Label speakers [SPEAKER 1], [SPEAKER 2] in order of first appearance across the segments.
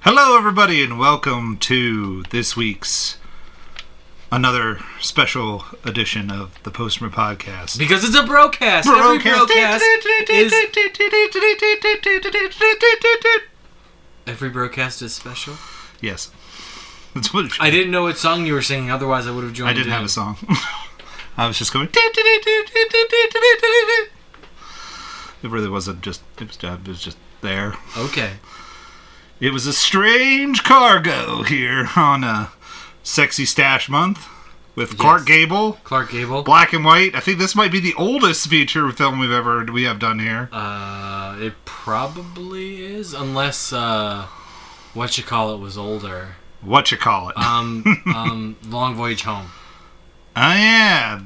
[SPEAKER 1] Hello, everybody, and welcome to this week's another special edition of the Postman Podcast.
[SPEAKER 2] Because it's a broadcast. Every broadcast is every broadcast is special.
[SPEAKER 1] yes, that's what it should-
[SPEAKER 2] I didn't know what song you were singing. Otherwise, I would have joined.
[SPEAKER 1] I didn't
[SPEAKER 2] in.
[SPEAKER 1] have a song. I was just going. It really wasn't just. It was, it was just there.
[SPEAKER 2] Okay.
[SPEAKER 1] It was a strange cargo here on a sexy stash month with Clark Gable,
[SPEAKER 2] Clark Gable.
[SPEAKER 1] black and white. I think this might be the oldest feature film we've ever we have done here.
[SPEAKER 2] Uh, it probably is, unless uh, what you call it was older.
[SPEAKER 1] What you call it?
[SPEAKER 2] Um, um, Long Voyage Home.
[SPEAKER 1] oh yeah,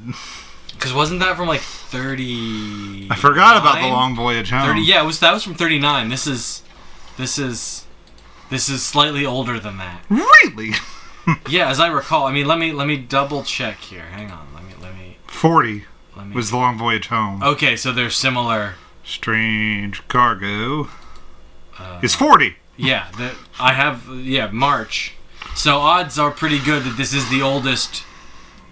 [SPEAKER 2] Because wasn't that from like thirty?
[SPEAKER 1] I forgot about the long voyage home.
[SPEAKER 2] Thirty. Yeah, it was. That was from thirty nine. This is, this is, this is slightly older than that.
[SPEAKER 1] Really,
[SPEAKER 2] Yeah, as I recall, I mean, let me let me double check here. Hang on, let me let me
[SPEAKER 1] forty
[SPEAKER 2] let me.
[SPEAKER 1] was the long voyage home.
[SPEAKER 2] okay, so they're similar.
[SPEAKER 1] Strange cargo
[SPEAKER 2] Uh,
[SPEAKER 1] is forty.
[SPEAKER 2] yeah, the, I have yeah March, so odds are pretty good that this is the oldest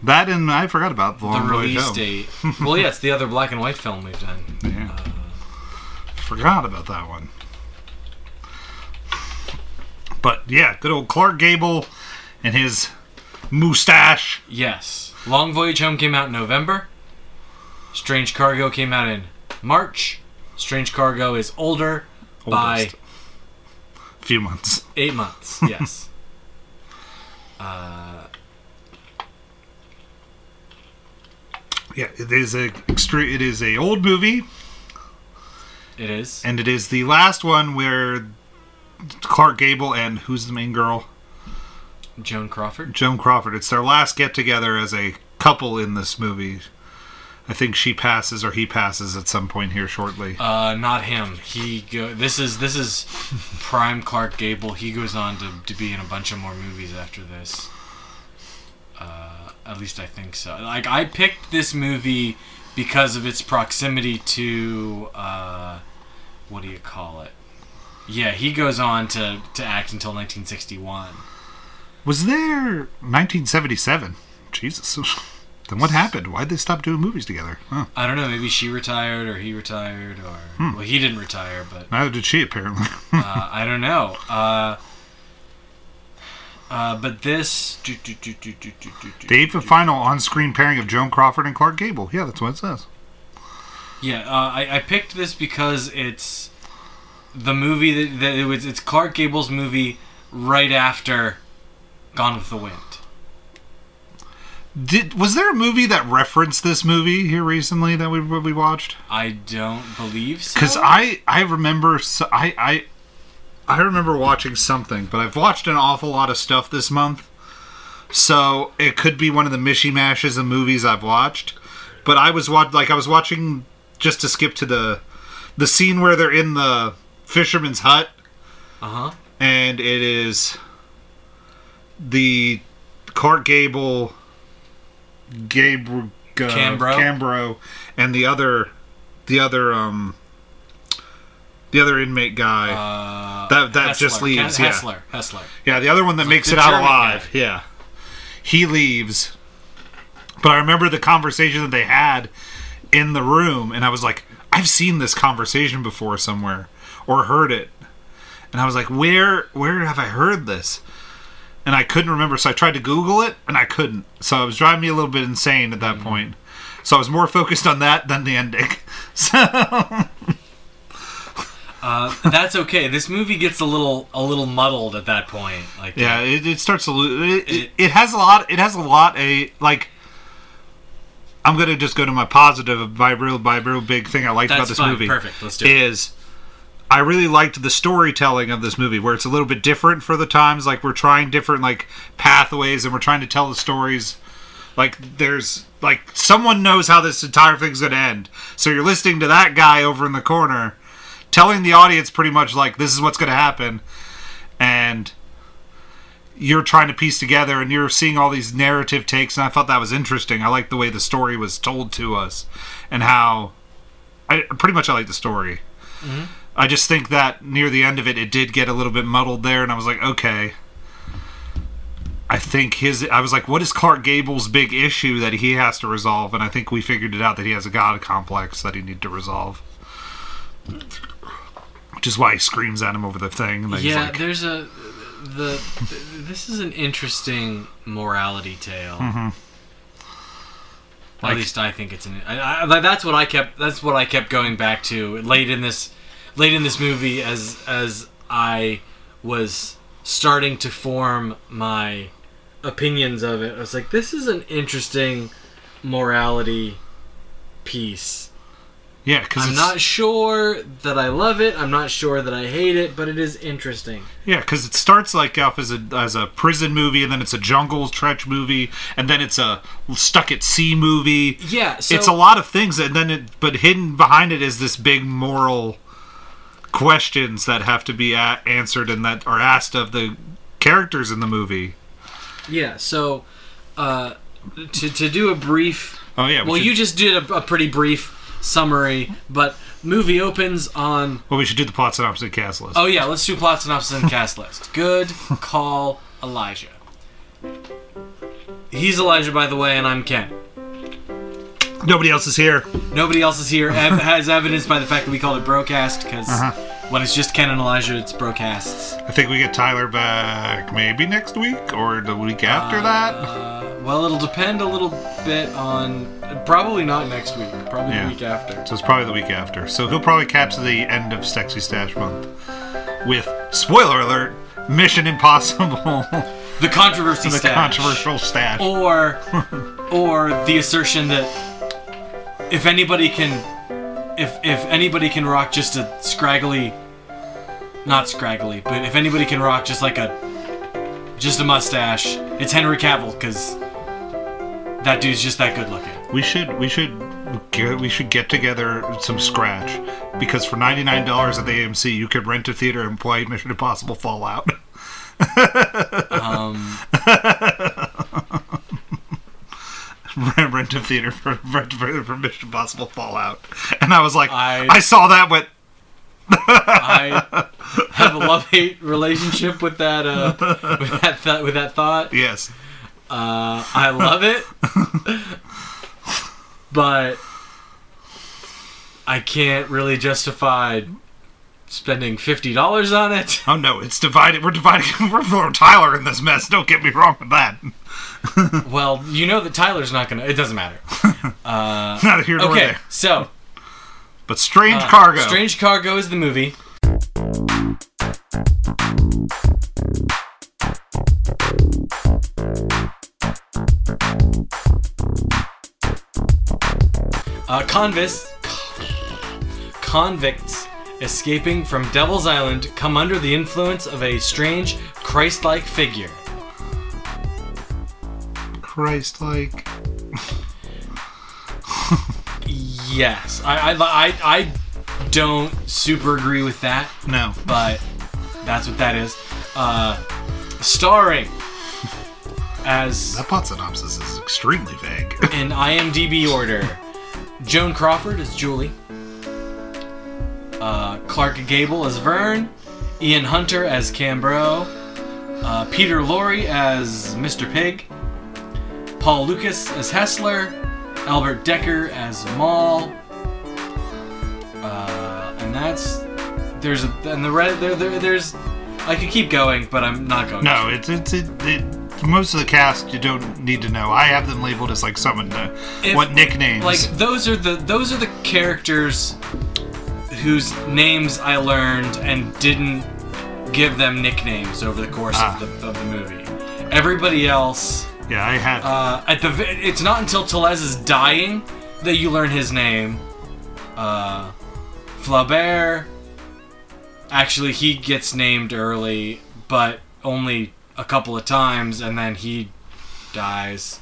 [SPEAKER 1] That and I forgot about the
[SPEAKER 2] the
[SPEAKER 1] long voyage
[SPEAKER 2] release
[SPEAKER 1] home.
[SPEAKER 2] date. well, yeah, it's the other black and white film we've done.
[SPEAKER 1] Yeah.
[SPEAKER 2] Uh,
[SPEAKER 1] Forgot about that one. But yeah, good old Clark Gable and his mustache.
[SPEAKER 2] yes, Long Voyage Home came out in November. Strange Cargo came out in March. Strange Cargo is older by
[SPEAKER 1] Oldest. Few months.
[SPEAKER 2] Eight months, yes. uh,
[SPEAKER 1] Yeah, it is a extre- It is a old movie,
[SPEAKER 2] it is.
[SPEAKER 1] and it is the last one where Clark Gable and who's the main girl?
[SPEAKER 2] Joan Crawford.
[SPEAKER 1] Joan Crawford. It's their last get together as a couple in this movie. I think she passes or he passes at some point here shortly.
[SPEAKER 2] Uh, not him. He go. This is this is prime Clark Gable. He goes on to, to be in a bunch of more movies after this. Uh, at least I think so. Like I picked this movie because of its proximity to uh, what do you call it? Yeah, he goes on to to act until 1961.
[SPEAKER 1] Was there 1977? Jesus. then what happened? Why'd they stop doing movies together? Huh.
[SPEAKER 2] I don't know. Maybe she retired, or he retired, or well, he didn't retire, but
[SPEAKER 1] Neither did she, apparently.
[SPEAKER 2] uh, I don't know. Uh, uh, but this. do, do, do, do, do, do, do, do,
[SPEAKER 1] the eighth and final on screen pairing of Joan Crawford and Clark Gable. Yeah, that's what it says.
[SPEAKER 2] Yeah, uh, I, I picked this because it's the movie that, that it was. It's Clark Gable's movie right after Gone with the Wind.
[SPEAKER 1] Did Was there a movie that referenced this movie here recently that we, we watched?
[SPEAKER 2] I don't believe so.
[SPEAKER 1] Because I, I remember. So, I, I, I remember watching something, but I've watched an awful lot of stuff this month. So it could be one of the mishy mashes of movies I've watched. But I was watch like I was watching just to skip to the the scene where they're in the fisherman's hut
[SPEAKER 2] Uh huh.
[SPEAKER 1] and it is the Clark Gable, Gabriel
[SPEAKER 2] Cambro.
[SPEAKER 1] Cambro, and the other, the other, um, the other inmate guy.
[SPEAKER 2] Uh,
[SPEAKER 1] That- that just
[SPEAKER 2] Hessler.
[SPEAKER 1] leaves,
[SPEAKER 2] He-
[SPEAKER 1] yeah.
[SPEAKER 2] Hessler. Hessler.
[SPEAKER 1] yeah, the other one that makes
[SPEAKER 2] the
[SPEAKER 1] it out
[SPEAKER 2] German
[SPEAKER 1] alive. Yeah, he leaves. But I remember the conversation that they had in the room, and I was like, I've seen this conversation before somewhere or heard it. And I was like, where where have I heard this? And I couldn't remember, so I tried to Google it and I couldn't. So it was driving me a little bit insane at that point. So I was more focused on that than the ending. So
[SPEAKER 2] Uh, that's okay. This movie gets a little a little muddled at that point. Like
[SPEAKER 1] yeah, it, it starts to lose. It, it, it has a lot. It has a lot. A like. I'm gonna just go to my positive. My real, my real big thing I liked about
[SPEAKER 2] That's
[SPEAKER 1] this
[SPEAKER 2] fine.
[SPEAKER 1] movie.
[SPEAKER 2] Perfect. Let's do it.
[SPEAKER 1] is I really liked the storytelling of this movie where it's a little bit different for the times like we're trying different like pathways and we're trying to tell the stories like there's like someone knows how this entire thing's going to end. So you're listening to that guy over in the corner telling the audience pretty much like this is what's going to happen and you're trying to piece together and you're seeing all these narrative takes and I thought that was interesting. I liked the way the story
[SPEAKER 2] Mm-hmm.
[SPEAKER 1] was told to us and how I pretty much I like the story. I just think that near the end of it, it did get a little bit muddled there, and I was like, okay. I think his. I was like, what is Clark Gable's big issue that he has to resolve? And I think we figured it out that he has a god complex that he needed to resolve,
[SPEAKER 2] Hmm.
[SPEAKER 1] which is why he screams at him over the thing. And then he's
[SPEAKER 2] yeah,
[SPEAKER 1] like,
[SPEAKER 2] there's a the this is an interesting morality tale.
[SPEAKER 1] Mm-hmm. Like-
[SPEAKER 2] At least I think it's an. I, I, that's what I kept. That's what I kept going back to late in this, late in this movie as as I was starting to form my opinions of it. I was like, this is an interesting morality piece.
[SPEAKER 1] yeah, because
[SPEAKER 2] I'm
[SPEAKER 1] it's
[SPEAKER 2] not sure that I love it. I'm not sure that I hate it, but it is interesting.
[SPEAKER 1] Yeah, because it starts like off as a as a prison movie, and then it's a jungle trench movie, and then it's a stuck at sea movie.
[SPEAKER 2] Yeah, so
[SPEAKER 1] it's a lot of things, and then it but hidden behind it is this big moral questions that have to be a- answered and that are asked of the characters in the movie.
[SPEAKER 2] yeah, so uh, to to do a brief.
[SPEAKER 1] Oh yeah, we
[SPEAKER 2] Well,
[SPEAKER 1] should,
[SPEAKER 2] you just did a, a pretty brief summary, but movie opens on.
[SPEAKER 1] well we should do the plot synopsis and cast list.
[SPEAKER 2] Oh yeah, let's do plot synopsis and cast list. Good call, Elijah. He's Elijah, by the way, and I'm Ken.
[SPEAKER 1] Nobody else is here.
[SPEAKER 2] Nobody else is here, ev- as evidenced by the fact that we called it Brocast, because
[SPEAKER 1] Uh-huh.
[SPEAKER 2] when it's just Ken and Elijah, it's Brocasts.
[SPEAKER 1] I think we get Tyler back maybe next week or the week after that.
[SPEAKER 2] Uh, well, it'll depend a little bit on. Probably not next week, probably
[SPEAKER 1] Yeah.
[SPEAKER 2] the week after.
[SPEAKER 1] So it's probably the week after. So he'll probably catch the end of Sexy Stash Month with spoiler alert Mission Impossible,
[SPEAKER 2] The controversy
[SPEAKER 1] the
[SPEAKER 2] stash.
[SPEAKER 1] controversial stash.
[SPEAKER 2] or or the assertion that if anybody can if if anybody can rock just a scraggly not scraggly but if anybody can rock just like a just a mustache it's henry cavill because that dude's just that good looking
[SPEAKER 1] We should we should get, we should get together some scratch because for ninety nine dollars at the AMC you could rent a theater and play Mission Impossible Fallout. um. rent a theater for rent a theater for Mission Impossible Fallout, and I was like, I,
[SPEAKER 2] I-
[SPEAKER 1] saw that with
[SPEAKER 2] i have a love-hate relationship with that uh with that th- with that thought
[SPEAKER 1] yes,
[SPEAKER 2] Uh, I love it, but I can't really justify spending fifty dollars on it.
[SPEAKER 1] oh no, it's divided. We're dividing. We're throwing Tyler in this mess. Don't get me wrong with that.
[SPEAKER 2] Well, you know that Tyler's not gonna. It doesn't matter.
[SPEAKER 1] Not here nor
[SPEAKER 2] Uh, Okay,
[SPEAKER 1] there.
[SPEAKER 2] so
[SPEAKER 1] But strange cargo.
[SPEAKER 2] Strange Cargo is the movie. Uh, convicts, convicts escaping from Devil's Island come under the influence of a strange Christ-like figure.
[SPEAKER 1] Christ, like
[SPEAKER 2] Yes, I, I, I, I don't super agree with that.
[SPEAKER 1] no.
[SPEAKER 2] but that's what that is. Uh, starring as
[SPEAKER 1] That plot synopsis is extremely vague.
[SPEAKER 2] in IMDb order, Joan Crawford as Julie, uh, Clark Gable as Vern, Ian Hunter as Cambro, uh, Peter Lorre as Mr. Pig, Paul Lucas as Hessler, Albert Decker as Maul, uh, and that's there's a and the red there, there there's I could keep going, but I'm not going.
[SPEAKER 1] No, it's it's it, it. Most of the cast you don't need to know. I have them labeled as like someone to
[SPEAKER 2] If-
[SPEAKER 1] what nicknames.
[SPEAKER 2] like those are the those are the characters whose names I learned and didn't give them nicknames over the course
[SPEAKER 1] Ah.
[SPEAKER 2] of, the, of the movie. Everybody else,
[SPEAKER 1] yeah, I had.
[SPEAKER 2] uh, at the v- it's not until Telez is dying that you learn his name. Uh, Flaubert. Actually, he gets named early, but only a couple of times, and then he dies.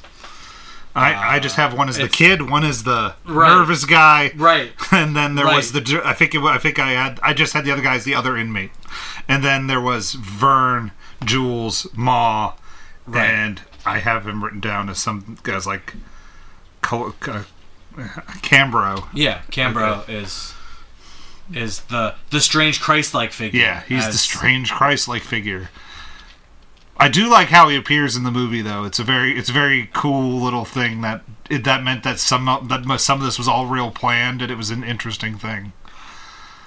[SPEAKER 1] I I just have one as the
[SPEAKER 2] it's-
[SPEAKER 1] kid, one as the
[SPEAKER 2] Right.
[SPEAKER 1] nervous guy,
[SPEAKER 2] Right.
[SPEAKER 1] and then there was
[SPEAKER 2] Right.
[SPEAKER 1] the. ju- I think it, wa- I think I had. I just had the other guy as the other inmate, and then there was Vern, Jules, Ma,
[SPEAKER 2] Right.
[SPEAKER 1] and I have him written down as some as like, Col- uh, Cambro.
[SPEAKER 2] Yeah, Cambro is is the the strange Christ-like figure.
[SPEAKER 1] Yeah, he's the
[SPEAKER 2] as-
[SPEAKER 1] strange Christ-like figure. I do like how he appears in the movie, though. It's a very, it's a very cool little thing that it, that meant that some of- that mo- some of this was all real planned, and it was an interesting thing.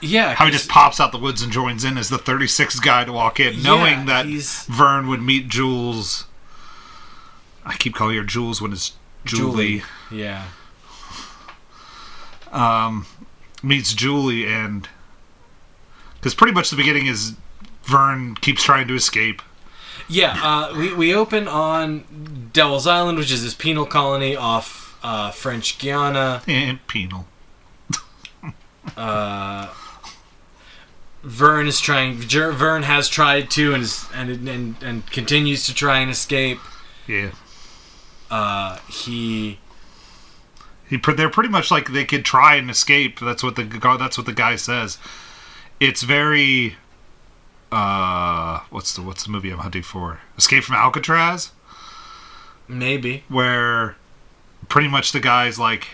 [SPEAKER 2] Yeah,
[SPEAKER 1] How he
[SPEAKER 2] 'cause-
[SPEAKER 1] just pops out the woods and joins in as the 36th guy to walk in, knowing
[SPEAKER 2] Yeah,
[SPEAKER 1] that
[SPEAKER 2] he's-
[SPEAKER 1] Vern would meet Jules. I keep calling her Jules when it's Julie.
[SPEAKER 2] Yeah,
[SPEAKER 1] meets Julie and because pretty much the beginning is Vern keeps trying to escape.
[SPEAKER 2] yeah. Uh, we we open on Devil's Island, which is this penal colony off uh, French Guiana.
[SPEAKER 1] Eh, penal.
[SPEAKER 2] Vern is trying. Jer- Vern has tried to, and is, and and and continues to try and escape.
[SPEAKER 1] Yeah.
[SPEAKER 2] Uh, he
[SPEAKER 1] He, pre- they're pretty much like they could try and escape. That's what the gu- that's what the guy says. It's very uh what's the what's the movie I'm hunting for? Escape from Alcatraz
[SPEAKER 2] maybe
[SPEAKER 1] where pretty much the guy's like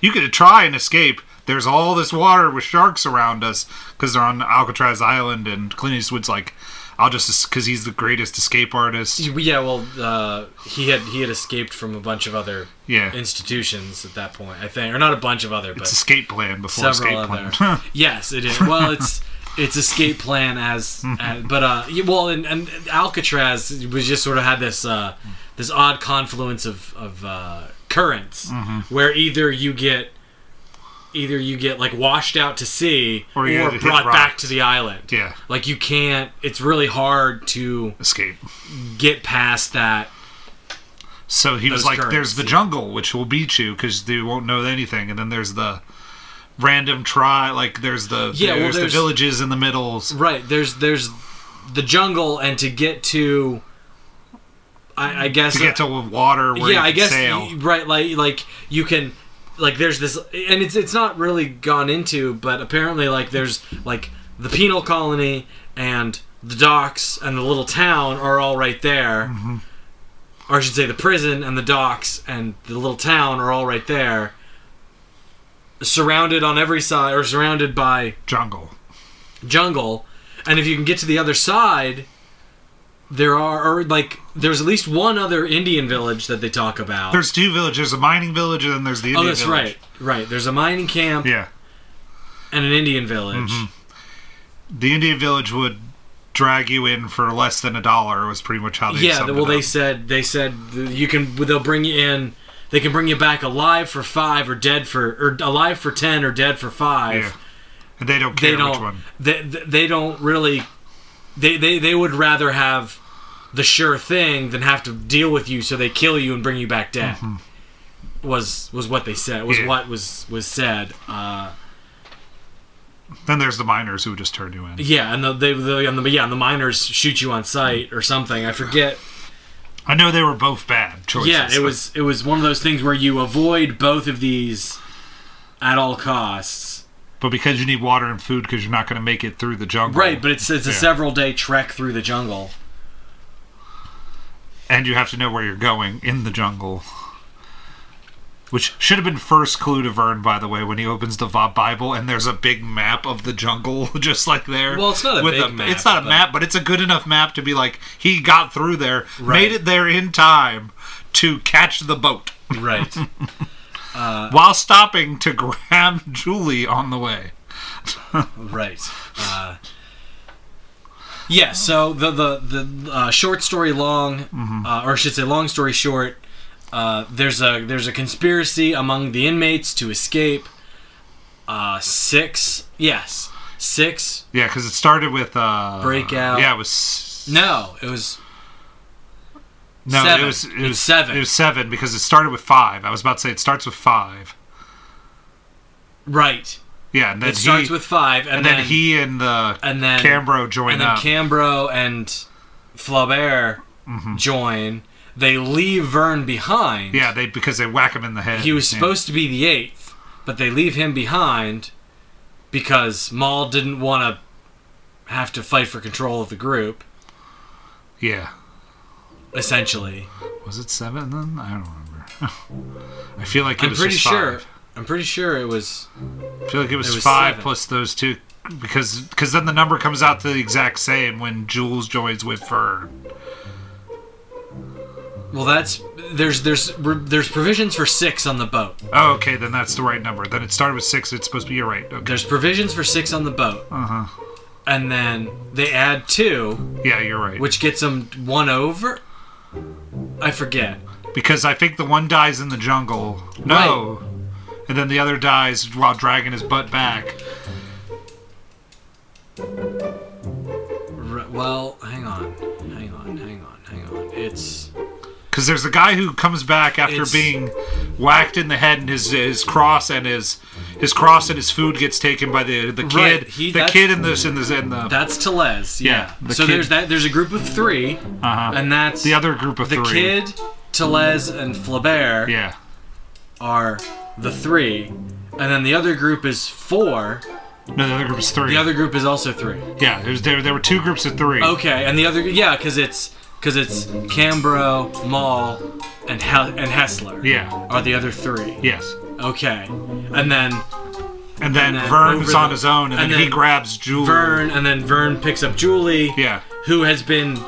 [SPEAKER 1] you could try and escape. There's all this water with sharks around us because they're on Alcatraz Island and Clint Eastwood's like I'll just because he's the greatest escape artist.
[SPEAKER 2] Yeah, well, uh, he had he had escaped from a bunch of other
[SPEAKER 1] Yeah.
[SPEAKER 2] institutions at that point, I think, or not a bunch of other,
[SPEAKER 1] It's
[SPEAKER 2] but
[SPEAKER 1] escape plan before
[SPEAKER 2] several
[SPEAKER 1] escape plan.
[SPEAKER 2] other. yes, it is. Well, it's it's escape plan as, as but uh, yeah, well, and, and Alcatraz was just sort of had this uh, this odd confluence of of uh, currents
[SPEAKER 1] Mm-hmm.
[SPEAKER 2] where either you get either you get like washed out to sea
[SPEAKER 1] Or
[SPEAKER 2] or,
[SPEAKER 1] you hit
[SPEAKER 2] brought back
[SPEAKER 1] rocks.
[SPEAKER 2] to the island.
[SPEAKER 1] yeah,
[SPEAKER 2] Like you can't. It's really hard to
[SPEAKER 1] escape.
[SPEAKER 2] get past that.
[SPEAKER 1] So he was
[SPEAKER 2] Those
[SPEAKER 1] like,
[SPEAKER 2] currents,
[SPEAKER 1] "There's the
[SPEAKER 2] yeah.
[SPEAKER 1] jungle, which will beat you because they won't know anything." And then there's the random try. Like there's the
[SPEAKER 2] Yeah, well,
[SPEAKER 1] there's,
[SPEAKER 2] there's-
[SPEAKER 1] the villages in the middles.
[SPEAKER 2] Right. There's there's the jungle, and to get to, I, I guess
[SPEAKER 1] To get to water where
[SPEAKER 2] yeah,
[SPEAKER 1] you
[SPEAKER 2] I
[SPEAKER 1] can
[SPEAKER 2] guess
[SPEAKER 1] sail.
[SPEAKER 2] y- right. Like like you can like there's this, and it's it's not really gone into, but apparently like there's like the penal colony and the docks and the little town are all right there. Or I should say, the prison and the docks and the little town are all right there. Surrounded on every side, or surrounded by
[SPEAKER 1] jungle.
[SPEAKER 2] jungle, and if you can get to the other side, there are or like there's at least one other Indian village that they talk about.
[SPEAKER 1] There's two villages: a mining village and then there's the
[SPEAKER 2] oh,
[SPEAKER 1] Indian
[SPEAKER 2] that's
[SPEAKER 1] village.
[SPEAKER 2] right, right. There's a mining camp
[SPEAKER 1] Yeah, Mm-hmm.
[SPEAKER 2] and an Indian village.
[SPEAKER 1] the Indian village would drag you in for less than a dollar. Was pretty much how they
[SPEAKER 2] Yeah,
[SPEAKER 1] summed
[SPEAKER 2] well,
[SPEAKER 1] it
[SPEAKER 2] they
[SPEAKER 1] up.
[SPEAKER 2] said they said th- you can they'll bring you in. They can bring you back alive for five or dead for or alive for ten or dead for five.
[SPEAKER 1] Yeah. And they don't care
[SPEAKER 2] They
[SPEAKER 1] which
[SPEAKER 2] don't.
[SPEAKER 1] one.
[SPEAKER 2] They, they they don't really. They, they they would rather have the sure thing than have to deal with you, so they kill you and bring you back dead. Was was what they said. Was
[SPEAKER 1] Mm-hmm. Yeah.
[SPEAKER 2] what was was said. Uh,
[SPEAKER 1] Then there's the miners who would just turn you in.
[SPEAKER 2] yeah, and the, they the, and the yeah, and the miners shoot you on sight or something. I forget.
[SPEAKER 1] I know they were both bad choices.
[SPEAKER 2] Yeah, it was it was one of those things where you avoid both of these at all costs.
[SPEAKER 1] but because you need water and food because you're not going to make it through the jungle
[SPEAKER 2] Right, but it's it's a
[SPEAKER 1] Yeah.
[SPEAKER 2] several day trek through the jungle.
[SPEAKER 1] and you have to know where you're going in the jungle which should have been first clue to Vern, by the way, when he opens the Va- Bible and there's a big map of the jungle, just like there.
[SPEAKER 2] Well, it's not a
[SPEAKER 1] with
[SPEAKER 2] big map,
[SPEAKER 1] It's not a
[SPEAKER 2] but-
[SPEAKER 1] map, but it's a good enough map to be like he got through there,
[SPEAKER 2] Right.
[SPEAKER 1] made it there in time to catch the boat
[SPEAKER 2] Right.
[SPEAKER 1] while stopping to grab Julie on the way.
[SPEAKER 2] Right. Uh, yeah. So the the the uh, short story long, uh, or I should say long story short. Uh, there's a there's a conspiracy among the inmates to escape. Uh, six. Yes. Six.
[SPEAKER 1] Yeah, because it started with uh,
[SPEAKER 2] Breakout.
[SPEAKER 1] Yeah, it was
[SPEAKER 2] No, it was
[SPEAKER 1] No,
[SPEAKER 2] Seven.
[SPEAKER 1] it was it
[SPEAKER 2] It's
[SPEAKER 1] was
[SPEAKER 2] seven.
[SPEAKER 1] It was seven because it started with five. I was about to say it starts with five.
[SPEAKER 2] right.
[SPEAKER 1] Yeah, and then
[SPEAKER 2] It starts
[SPEAKER 1] he,
[SPEAKER 2] with five, and,
[SPEAKER 1] and
[SPEAKER 2] then,
[SPEAKER 1] then, he and the
[SPEAKER 2] and then
[SPEAKER 1] Cambro join
[SPEAKER 2] and then
[SPEAKER 1] up.
[SPEAKER 2] Cambro and Flaubert join. They leave Vern behind.
[SPEAKER 1] Mm-hmm. yeah, they because they whack him in the head.
[SPEAKER 2] He was
[SPEAKER 1] Yeah.
[SPEAKER 2] supposed to be the eighth, but they leave him behind because Maul didn't want to have to fight for control of the group,
[SPEAKER 1] Yeah,
[SPEAKER 2] essentially.
[SPEAKER 1] was it seven then? I don't remember. I feel like it
[SPEAKER 2] I'm
[SPEAKER 1] was
[SPEAKER 2] pretty
[SPEAKER 1] just
[SPEAKER 2] sure.
[SPEAKER 1] Five.
[SPEAKER 2] I'm pretty sure it was.
[SPEAKER 1] I feel like it was,
[SPEAKER 2] was
[SPEAKER 1] five
[SPEAKER 2] seven.
[SPEAKER 1] plus those two because because then the number comes out to the exact same when Jules joins with Fern.
[SPEAKER 2] Well, that's there's there's there's provisions for six on the boat.
[SPEAKER 1] Oh, okay, then that's the right number. Then it started with six. It's supposed to be you're right. Okay.
[SPEAKER 2] There's provisions for six on the boat. Uh
[SPEAKER 1] Uh-huh.
[SPEAKER 2] huh. And then they add two,
[SPEAKER 1] Yeah, you're right.
[SPEAKER 2] which gets them one over. I forget.
[SPEAKER 1] because I think the one dies in the jungle. No. And then the other dies while dragging his butt back.
[SPEAKER 2] R- well, hang on, hang on, hang on, hang on. It's
[SPEAKER 1] Because there's a guy who comes back after
[SPEAKER 2] It's-
[SPEAKER 1] being whacked in the head, and his his cross and his his cross and his food gets taken by the the kid.
[SPEAKER 2] Right, he-
[SPEAKER 1] the
[SPEAKER 2] that's-
[SPEAKER 1] kid in this in this in the
[SPEAKER 2] that's Telez.
[SPEAKER 1] Yeah,
[SPEAKER 2] Yeah.
[SPEAKER 1] the
[SPEAKER 2] so
[SPEAKER 1] kid-
[SPEAKER 2] there's that. There's a group of 3
[SPEAKER 1] uh-huh.
[SPEAKER 2] and that's
[SPEAKER 1] the other group of
[SPEAKER 2] the
[SPEAKER 1] three.
[SPEAKER 2] kid, Telez, and Flaubert
[SPEAKER 1] Yeah.
[SPEAKER 2] are the three, and then the other group is four.
[SPEAKER 1] No, the other group is three.
[SPEAKER 2] The other group is also three.
[SPEAKER 1] yeah, there's there there were two groups of three.
[SPEAKER 2] Okay, and the other yeah, because it's because it's Cambro, Maul, and he- and Hessler.
[SPEAKER 1] Yeah.
[SPEAKER 2] are the other three.
[SPEAKER 1] Yes.
[SPEAKER 2] Okay, and then
[SPEAKER 1] And then,
[SPEAKER 2] then
[SPEAKER 1] Vern's
[SPEAKER 2] over
[SPEAKER 1] on
[SPEAKER 2] the-
[SPEAKER 1] his own, and,
[SPEAKER 2] and
[SPEAKER 1] then, he
[SPEAKER 2] then
[SPEAKER 1] grabs Jules.
[SPEAKER 2] Vern, and then Vern picks up Julie.
[SPEAKER 1] Yeah.
[SPEAKER 2] who has been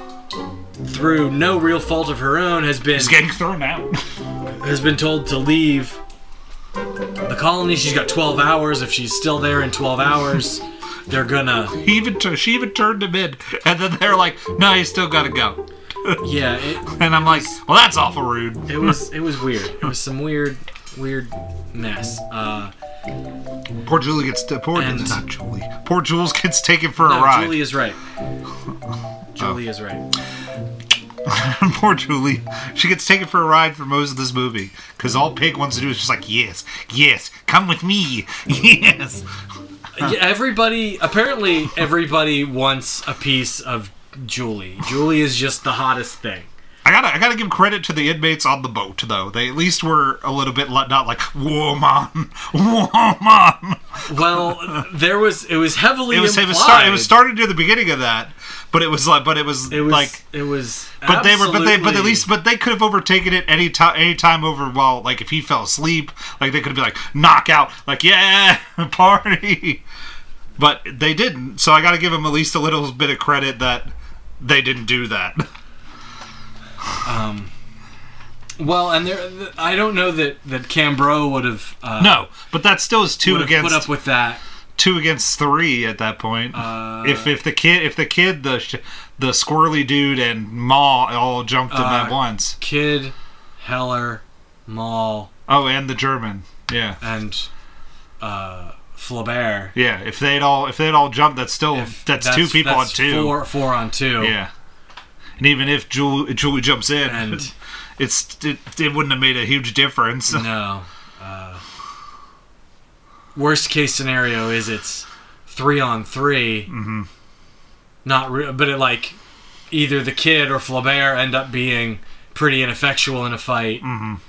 [SPEAKER 2] through no real fault of her own has been
[SPEAKER 1] He's getting thrown out.
[SPEAKER 2] has been told to leave the colony. She's got 12 hours. If she's still there in 12 hours, they're gonna
[SPEAKER 1] he even tur- she even turned him in, and then they're like, "No, you still gotta go."
[SPEAKER 2] yeah. It,
[SPEAKER 1] And I'm like, "Well, that's awful rude."
[SPEAKER 2] it was it was weird. It was some weird weird mess. Uh,
[SPEAKER 1] Poor Julie gets poor
[SPEAKER 2] And-
[SPEAKER 1] not Julie. Poor Jules gets taken for a
[SPEAKER 2] no,
[SPEAKER 1] ride.
[SPEAKER 2] Julie is right. Julie is right.
[SPEAKER 1] Poor Julie. She gets taken for a ride for most of this movie because all Pig wants to do is just like, yes, yes, come with me, yes.
[SPEAKER 2] Yeah, everybody apparently everybody wants a piece of Julie. Julie is just the hottest thing.
[SPEAKER 1] I gotta, I gotta give credit to the inmates on the boat though. They at least were a little bit let- not like, whoa, mom, whoa, mom.
[SPEAKER 2] Well, there was it was heavily
[SPEAKER 1] It was, it
[SPEAKER 2] implied.
[SPEAKER 1] was, start, it was started near the beginning of that, but it was like, but it was,
[SPEAKER 2] It was
[SPEAKER 1] like.
[SPEAKER 2] it was.
[SPEAKER 1] But they were, but they, but at
[SPEAKER 2] absolutely-
[SPEAKER 1] least, but they could have overtaken it any time, any time over. While like if he fell asleep, like they could have been like knockout, like yeah, party. But they didn't, so I got to give them at least a little bit of credit that they didn't do that.
[SPEAKER 2] Well, and there, th- I don't know that that Cambro would have uh,
[SPEAKER 1] No, but that still is two
[SPEAKER 2] would have
[SPEAKER 1] against
[SPEAKER 2] put up with that.
[SPEAKER 1] two against three at that point. if if the kid, if the kid, the sh- the squirrely dude and Maw all jumped him at
[SPEAKER 2] Uh,
[SPEAKER 1] once.
[SPEAKER 2] Kid, Heller, Maul,
[SPEAKER 1] Oh, and the German, yeah.
[SPEAKER 2] and uh, Flaubert.
[SPEAKER 1] Yeah, if they'd all if they'd all jumped, that's still
[SPEAKER 2] If
[SPEAKER 1] that's, two people
[SPEAKER 2] that's
[SPEAKER 1] on two.
[SPEAKER 2] Four, four on two.
[SPEAKER 1] Yeah, and even if Julie, Julie jumps in,
[SPEAKER 2] And-
[SPEAKER 1] it's it, it wouldn't have made a huge difference.
[SPEAKER 2] No. Uh, worst case scenario is it's three on 3 Mm-hmm. Not, re- but it like either the kid or Flaubert end up being pretty ineffectual in a fight.
[SPEAKER 1] Mm.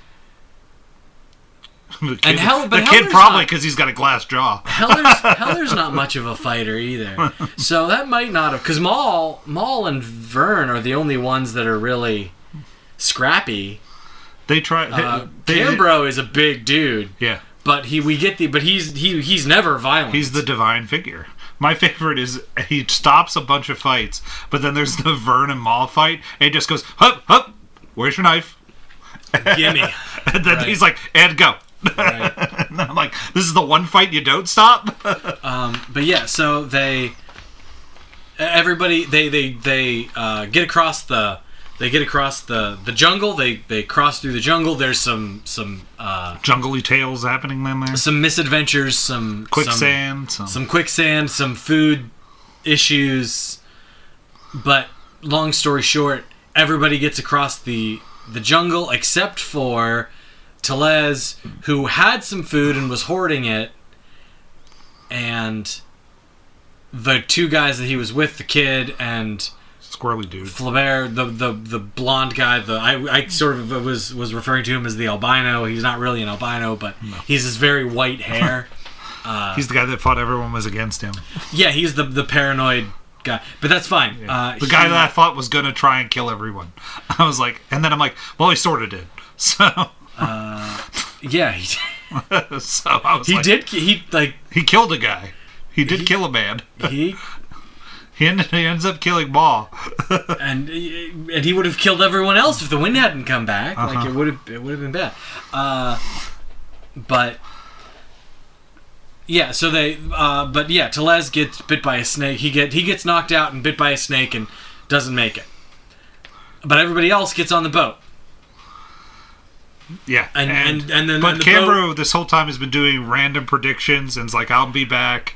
[SPEAKER 1] the kid,
[SPEAKER 2] And Hel- but uh,
[SPEAKER 1] the kid
[SPEAKER 2] Heller's
[SPEAKER 1] probably
[SPEAKER 2] not-
[SPEAKER 1] because he's got a glass jaw.
[SPEAKER 2] Heller's Heller's not much of a fighter either, so that might not have. Because Maul, Maul and Vern are the only ones that are really scrappy.
[SPEAKER 1] They try.
[SPEAKER 2] Uh,
[SPEAKER 1] they, they-
[SPEAKER 2] Cambro is a big dude,
[SPEAKER 1] yeah,
[SPEAKER 2] but he we get the but he's he he's never violent.
[SPEAKER 1] he's the divine figure. My favorite is he stops a bunch of fights, but then there's the Vern and Maul fight, and he just goes, "Hup, hup, where's your knife?"
[SPEAKER 2] gimme.
[SPEAKER 1] And then
[SPEAKER 2] Right.
[SPEAKER 1] he's like, "And go."
[SPEAKER 2] Right.
[SPEAKER 1] And I'm like, "This is the one fight you don't stop."
[SPEAKER 2] Um, but yeah, so they everybody they they they uh, get across the they get across the the jungle. They they cross through the jungle. There's some some uh,
[SPEAKER 1] Jungly tales happening then there.
[SPEAKER 2] some misadventures. Some Some,
[SPEAKER 1] Quicksand. Some,
[SPEAKER 2] some quicksand, some food issues. But long story short, everybody gets across the the jungle except for Telez, who had some food and was hoarding it, and the two guys that he was with, the kid and
[SPEAKER 1] squirrely dude.
[SPEAKER 2] Flaubert, the the the blonde guy, the I, I sort of was was referring to him as the albino. He's not really an albino, but he's this very white hair. Uh,
[SPEAKER 1] He's the guy that thought everyone was against him.
[SPEAKER 2] Yeah, he's the the paranoid guy, but that's fine. Uh,
[SPEAKER 1] The guy
[SPEAKER 2] he-
[SPEAKER 1] that I thought was gonna try and kill everyone. I was like, and then I'm like, well, he sort of did. So,
[SPEAKER 2] yeah, he,
[SPEAKER 1] so I was
[SPEAKER 2] he
[SPEAKER 1] like,
[SPEAKER 2] did. He like
[SPEAKER 1] He killed a guy. He He did kill a man.
[SPEAKER 2] He
[SPEAKER 1] He, end, he ends up killing Ma.
[SPEAKER 2] and and he would have killed everyone else if the wind hadn't come back. Like
[SPEAKER 1] Uh-huh.
[SPEAKER 2] it would have it would have been bad. Uh, but yeah, so they uh, but yeah, Telez gets bit by a snake. He get he gets knocked out and bit by a snake and doesn't make it. But everybody else gets on the boat.
[SPEAKER 1] Yeah,
[SPEAKER 2] And- and- and then-
[SPEAKER 1] but
[SPEAKER 2] then the
[SPEAKER 1] Cambro this whole time has been doing random predictions and is like, "I'll be back,"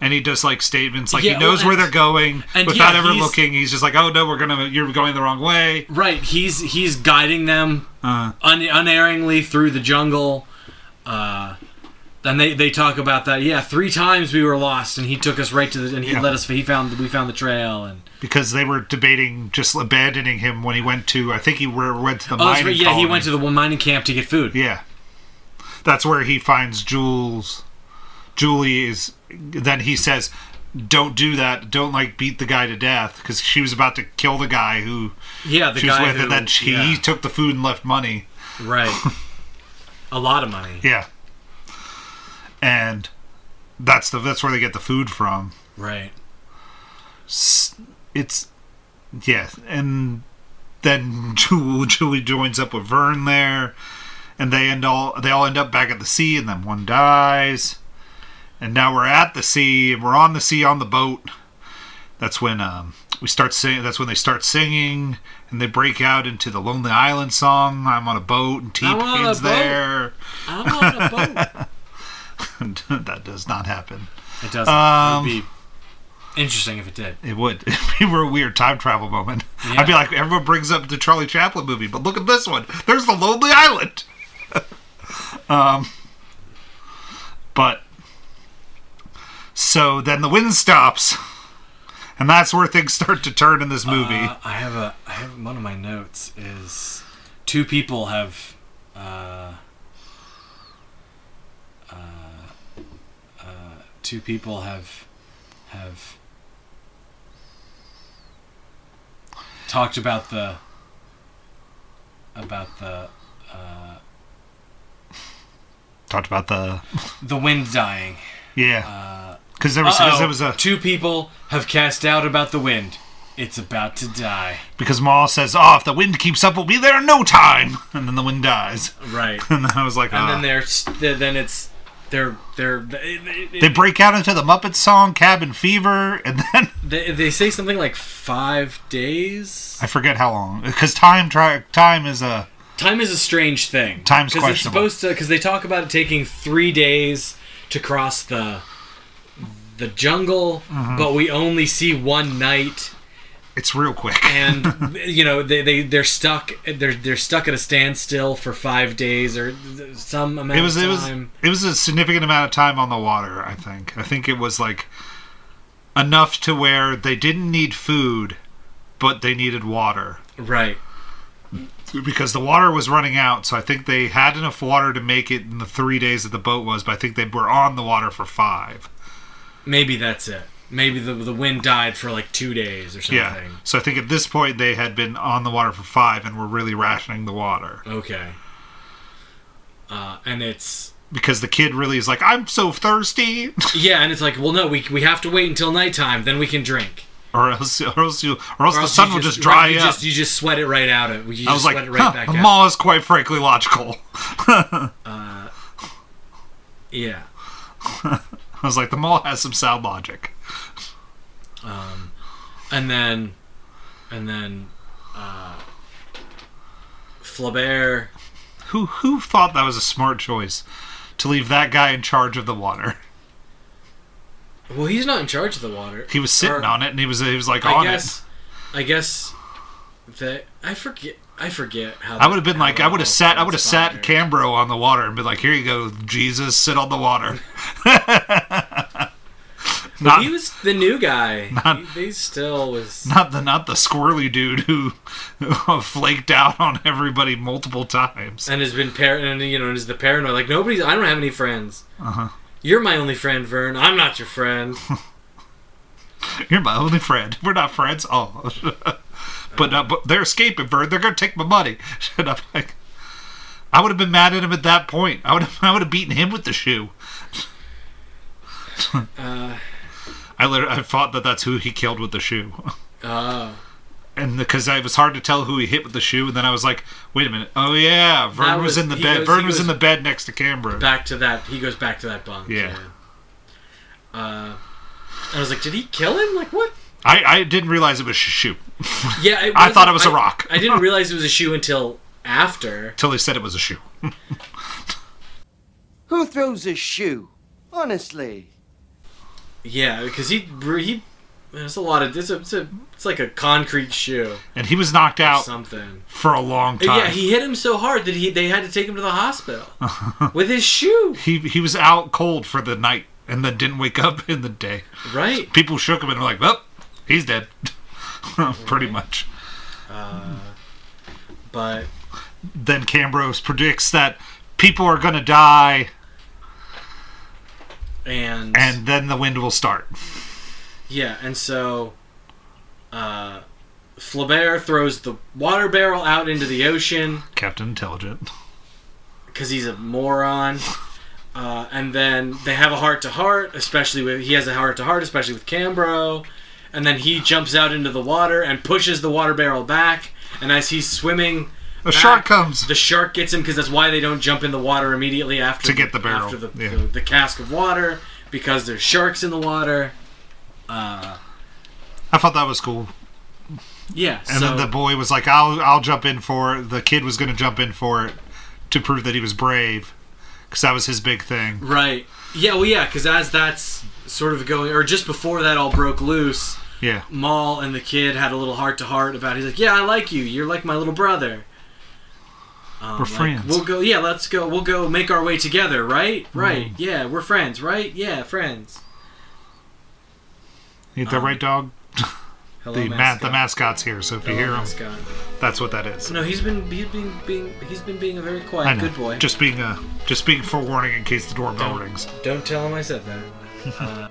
[SPEAKER 1] and he does like statements like
[SPEAKER 2] Yeah,
[SPEAKER 1] he knows
[SPEAKER 2] well,
[SPEAKER 1] where
[SPEAKER 2] and-
[SPEAKER 1] they're going
[SPEAKER 2] and
[SPEAKER 1] without
[SPEAKER 2] yeah,
[SPEAKER 1] ever
[SPEAKER 2] he's-
[SPEAKER 1] looking. He's just like, "Oh no, we're gonna, you're going the wrong way."
[SPEAKER 2] Right, he's he's guiding them
[SPEAKER 1] Uh,
[SPEAKER 2] un- unerringly through the jungle. Uh, and they, they talk about that. Yeah, three times we were lost, and he took us right to the and he
[SPEAKER 1] Yeah.
[SPEAKER 2] let us. He found we found the trail, and
[SPEAKER 1] because they were debating just abandoning him when he went to, I think he where, went to the
[SPEAKER 2] oh, that's
[SPEAKER 1] mining.
[SPEAKER 2] right, yeah, he
[SPEAKER 1] colony.
[SPEAKER 2] went to the one mining camp to get food.
[SPEAKER 1] Yeah. That's where he finds Jules. Julie is. Then he says, don't do that. Don't, like, beat the guy to death. Because she was about to kill the guy who
[SPEAKER 2] Yeah, the
[SPEAKER 1] she was
[SPEAKER 2] guy
[SPEAKER 1] with.
[SPEAKER 2] who,
[SPEAKER 1] and then she, he
[SPEAKER 2] yeah,
[SPEAKER 1] took the food and left money.
[SPEAKER 2] right, a lot of money,
[SPEAKER 1] Yeah. And that's the that's where they get the food from.
[SPEAKER 2] right?
[SPEAKER 1] S- It's. Yeah. And then Ju- Julie joins up with Vern there. And they end all they all end up back at the sea, and then one dies. and now we're at the sea and we're on the sea on the boat that's when um, we start singing that's when they start singing and they break out into the lonely island song i'm on a boat and
[SPEAKER 2] I'm on a
[SPEAKER 1] t-pain's
[SPEAKER 2] boat.
[SPEAKER 1] there
[SPEAKER 2] I'm on a boat.
[SPEAKER 1] that does not happen
[SPEAKER 2] It doesn't.
[SPEAKER 1] Um,
[SPEAKER 2] it would be interesting if it did.
[SPEAKER 1] it would it were a weird time travel moment i'd be
[SPEAKER 2] Yeah.
[SPEAKER 1] like everyone brings up the charlie chaplin movie but look at this one there's the lonely island um, but so then the wind stops and that's where things start to turn in this movie
[SPEAKER 3] Uh, I have a. I have one of my notes is two people have. Uh, uh, uh, two people have have talked about the about the
[SPEAKER 1] talked about the
[SPEAKER 3] the wind dying.
[SPEAKER 1] yeah because there was
[SPEAKER 3] Uh-oh.
[SPEAKER 1] because there was a
[SPEAKER 3] two people have cast doubt about the wind. It's about to die.
[SPEAKER 1] because Maul says, "Oh, if the wind keeps up, we'll be there in no time," and then the wind dies,
[SPEAKER 2] Right,
[SPEAKER 1] and I was like,
[SPEAKER 2] and
[SPEAKER 1] "Ah."
[SPEAKER 2] then there's then it's they're they're it- it-
[SPEAKER 1] they break out into the Muppet song "Cabin Fever," and then
[SPEAKER 2] They, they say something like five days.
[SPEAKER 1] I forget how long because time tri- time is a
[SPEAKER 2] Time is a strange thing.
[SPEAKER 1] Time's
[SPEAKER 2] 'Cause
[SPEAKER 1] questionable.
[SPEAKER 2] It's supposed to because they talk about it taking three days to cross the the jungle,
[SPEAKER 1] Mm-hmm.
[SPEAKER 2] but we only see one night,
[SPEAKER 1] it's real quick.
[SPEAKER 2] and you know they they they're stuck they're they're stuck at a standstill for five days or some amount
[SPEAKER 1] It was
[SPEAKER 2] of
[SPEAKER 1] it was
[SPEAKER 2] time.
[SPEAKER 1] it was a significant amount of time on the water. I think I think it was like enough to where they didn't need food, but they needed water.
[SPEAKER 2] right.
[SPEAKER 1] because the water was running out, so I think they had enough water to make it in the three days that the boat was, but I think they were on the water for five.
[SPEAKER 2] Maybe that's it. Maybe the the wind died for like two days or something.
[SPEAKER 1] Yeah. So I think at this point they had been on the water for five and were really rationing the water.
[SPEAKER 2] Okay. Uh, and it's
[SPEAKER 1] Because the kid really is like, I'm so thirsty
[SPEAKER 2] Yeah, and it's like, well, no, we, we have to wait until nighttime, then we can drink.
[SPEAKER 1] or else or else you or else
[SPEAKER 2] Or
[SPEAKER 1] the
[SPEAKER 2] else
[SPEAKER 1] sun
[SPEAKER 2] you
[SPEAKER 1] will just
[SPEAKER 2] right,
[SPEAKER 1] dry
[SPEAKER 2] you
[SPEAKER 1] up.
[SPEAKER 2] Just, you just sweat it right out. Of, you just
[SPEAKER 1] I was
[SPEAKER 2] sweat
[SPEAKER 1] like,
[SPEAKER 2] it right
[SPEAKER 1] huh,
[SPEAKER 2] back
[SPEAKER 1] the
[SPEAKER 2] out.
[SPEAKER 1] mall is quite frankly logical.
[SPEAKER 2] yeah.
[SPEAKER 1] I was like, the mall has some sound logic.
[SPEAKER 2] And then, and then, uh, Flaubert.
[SPEAKER 1] Who who thought that was a smart choice to leave that guy in charge of the water?
[SPEAKER 2] Well, he's not in charge of the water.
[SPEAKER 1] He was sitting
[SPEAKER 2] Or-
[SPEAKER 1] on it and he was he was like
[SPEAKER 2] I
[SPEAKER 1] on it.
[SPEAKER 2] guess, I guess that I forget. I forget how.
[SPEAKER 1] I would have been
[SPEAKER 2] how
[SPEAKER 1] like,
[SPEAKER 2] that
[SPEAKER 1] I would
[SPEAKER 2] all
[SPEAKER 1] have sat, I would have sat
[SPEAKER 2] transpired.
[SPEAKER 1] Cambro on the water and been like, "Here you go, Jesus, sit on the water." not,
[SPEAKER 2] He was the new guy. he, he still was.
[SPEAKER 1] not the not the squirrely dude who, who flaked out on everybody multiple times.
[SPEAKER 2] and has been par- and you know and is the paranoid like nobody's I don't have any friends.
[SPEAKER 1] Uh-huh.
[SPEAKER 2] You're my only friend, Vern. I'm not your friend.
[SPEAKER 1] You're my only friend. We're not friends. Oh, but, uh, but they're escaping, Vern. They're gonna take my money. And I'm like, I would have been mad at him at
[SPEAKER 2] Uh.
[SPEAKER 1] that point. I would have, I would have beaten him with the shoe. I literally, I thought that that's who he killed with the shoe,
[SPEAKER 2] Oh.
[SPEAKER 1] and because it was hard to tell who he hit with the shoe, and then I was like, wait a minute, oh yeah, Vern was,
[SPEAKER 2] was-
[SPEAKER 1] in the
[SPEAKER 2] he
[SPEAKER 1] bed.
[SPEAKER 2] was-
[SPEAKER 1] Vern
[SPEAKER 2] he
[SPEAKER 1] was, in
[SPEAKER 2] was-
[SPEAKER 1] the bed next to Canberra.
[SPEAKER 2] back to that. He goes back to that bunk.
[SPEAKER 1] Yeah.
[SPEAKER 2] Uh, I was like, did he kill him? Like what?
[SPEAKER 1] I, I didn't realize it was shoe
[SPEAKER 2] Yeah, it
[SPEAKER 1] I thought
[SPEAKER 2] wasn't-
[SPEAKER 1] it was a
[SPEAKER 2] I-
[SPEAKER 1] rock.
[SPEAKER 2] I didn't realize it was a shoe until after.
[SPEAKER 1] until they said it was a shoe.
[SPEAKER 4] Who throws a shoe? Honestly.
[SPEAKER 2] Yeah, because he he. There's a lot of this. It's, a, it's like a concrete shoe
[SPEAKER 1] And he was knocked
[SPEAKER 2] or
[SPEAKER 1] out
[SPEAKER 2] something.
[SPEAKER 1] for a long time.
[SPEAKER 2] Yeah, he hit him so hard that he they had to take him to the hospital with his shoe.
[SPEAKER 1] he he was out cold for the night and then didn't wake up in the day.
[SPEAKER 2] Right.
[SPEAKER 1] People shook him and were like, "Well, he's dead." Pretty much.
[SPEAKER 2] But
[SPEAKER 1] Then Cambrose predicts that people are going to die
[SPEAKER 2] and
[SPEAKER 1] and then the wind will start.
[SPEAKER 2] Yeah, and so uh, Flaubert throws the water barrel out into the ocean
[SPEAKER 1] Captain Intelligent.
[SPEAKER 2] because he's a moron. Uh, and then they have a heart to heart, especially with he has a heart to heart, especially with Cambro. And then he jumps out into the water and pushes the water barrel back. And as he's swimming,
[SPEAKER 1] A shark
[SPEAKER 2] back,
[SPEAKER 1] comes.
[SPEAKER 2] The shark gets him because that's why they don't jump in the water immediately after
[SPEAKER 1] To get the barrel,
[SPEAKER 2] after the,
[SPEAKER 1] yeah.
[SPEAKER 2] the, the cask of water because there's sharks in the water.
[SPEAKER 1] I thought that was cool.
[SPEAKER 2] Yeah,
[SPEAKER 1] And
[SPEAKER 2] so
[SPEAKER 1] then the boy was like, "I'll I'll jump in for it." The kid was going to jump in for it to prove that he was brave cuz that was his big thing.
[SPEAKER 2] Right. Yeah. Well, yeah. Because as that's sort of going, or just before that all broke loose,
[SPEAKER 1] Yeah.
[SPEAKER 2] Maul and the kid had a little heart to heart about. He's like, "Yeah, I like you. You're like my little brother. Um,
[SPEAKER 1] We're
[SPEAKER 2] Like,
[SPEAKER 1] friends.
[SPEAKER 2] We'll go. Yeah, let's go. We'll go make our way together. Right. Right.
[SPEAKER 1] Mm.
[SPEAKER 2] Yeah, we're friends. Right. Yeah, friends.
[SPEAKER 1] Ain't
[SPEAKER 2] Um,
[SPEAKER 1] that right, dog?
[SPEAKER 2] Hello,
[SPEAKER 1] The ma- the mascot's here, so if you
[SPEAKER 2] Hello,
[SPEAKER 1] hear him,
[SPEAKER 2] mascot.
[SPEAKER 1] that's what that is.
[SPEAKER 2] No, he's been he's been being he's been being a very
[SPEAKER 1] I
[SPEAKER 2] quiet
[SPEAKER 1] know.
[SPEAKER 2] good boy.
[SPEAKER 1] Just being a just being forewarning in case the doorbell rings.
[SPEAKER 2] Don't tell him I said that. Uh,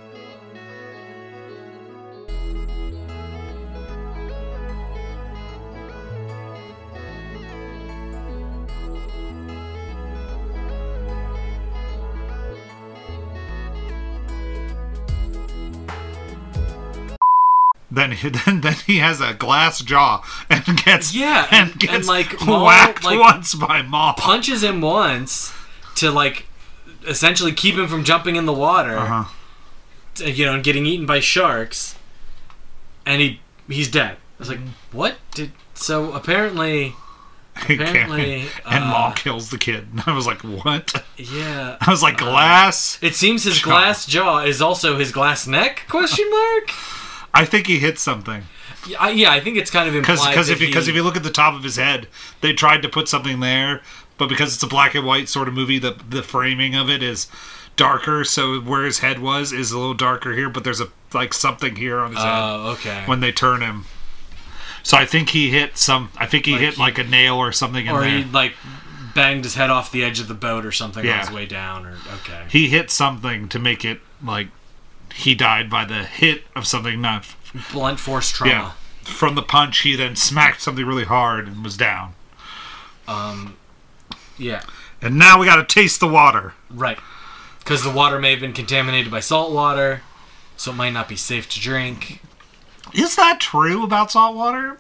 [SPEAKER 1] Then he, then then he has a glass jaw and gets
[SPEAKER 2] Yeah,
[SPEAKER 1] and,
[SPEAKER 2] and- and,
[SPEAKER 1] gets
[SPEAKER 2] like, Maul,
[SPEAKER 1] whacked
[SPEAKER 2] like-
[SPEAKER 1] once by Maul.
[SPEAKER 2] punches him once to like essentially keep him from jumping in the water.
[SPEAKER 1] Uh-huh.
[SPEAKER 2] t- you know, and getting eaten by sharks, and he he's dead. I was like, what did? So apparently, apparently,
[SPEAKER 1] and
[SPEAKER 2] uh,
[SPEAKER 1] Maul kills the kid. And I was like, what?
[SPEAKER 2] yeah.
[SPEAKER 1] I was like, glass.
[SPEAKER 2] It seems his glass jaw is also his glass neck? Question mark.
[SPEAKER 1] I think he hit something
[SPEAKER 2] Yeah, I, yeah, I think it's kind of implied
[SPEAKER 1] because because
[SPEAKER 2] that
[SPEAKER 1] if because
[SPEAKER 2] he-
[SPEAKER 1] if you look at the top of his head, they tried to put something there, but because it's a black and white sort of movie, the the framing of it is darker. So where his head was is a little darker here, but there's a like something here on his head.
[SPEAKER 2] Oh, okay.
[SPEAKER 1] when they turn him. So I think he hit some. I think he hit
[SPEAKER 2] he-
[SPEAKER 1] like a nail or something in
[SPEAKER 2] or
[SPEAKER 1] there.
[SPEAKER 2] he
[SPEAKER 1] He,
[SPEAKER 2] like banged his head off the edge of the boat or something on
[SPEAKER 1] Yeah.
[SPEAKER 2] his way down. Or okay.
[SPEAKER 1] hit something to make it like he died by the hit of something. Not
[SPEAKER 2] Blunt force trauma.
[SPEAKER 1] yeah, from the punch. He then smacked something really hard and was down.
[SPEAKER 2] Yeah.
[SPEAKER 1] And now we got to taste the water.
[SPEAKER 2] Right. Because the water may have been contaminated by salt water, so it might not be safe to drink.
[SPEAKER 1] Is that true about salt water?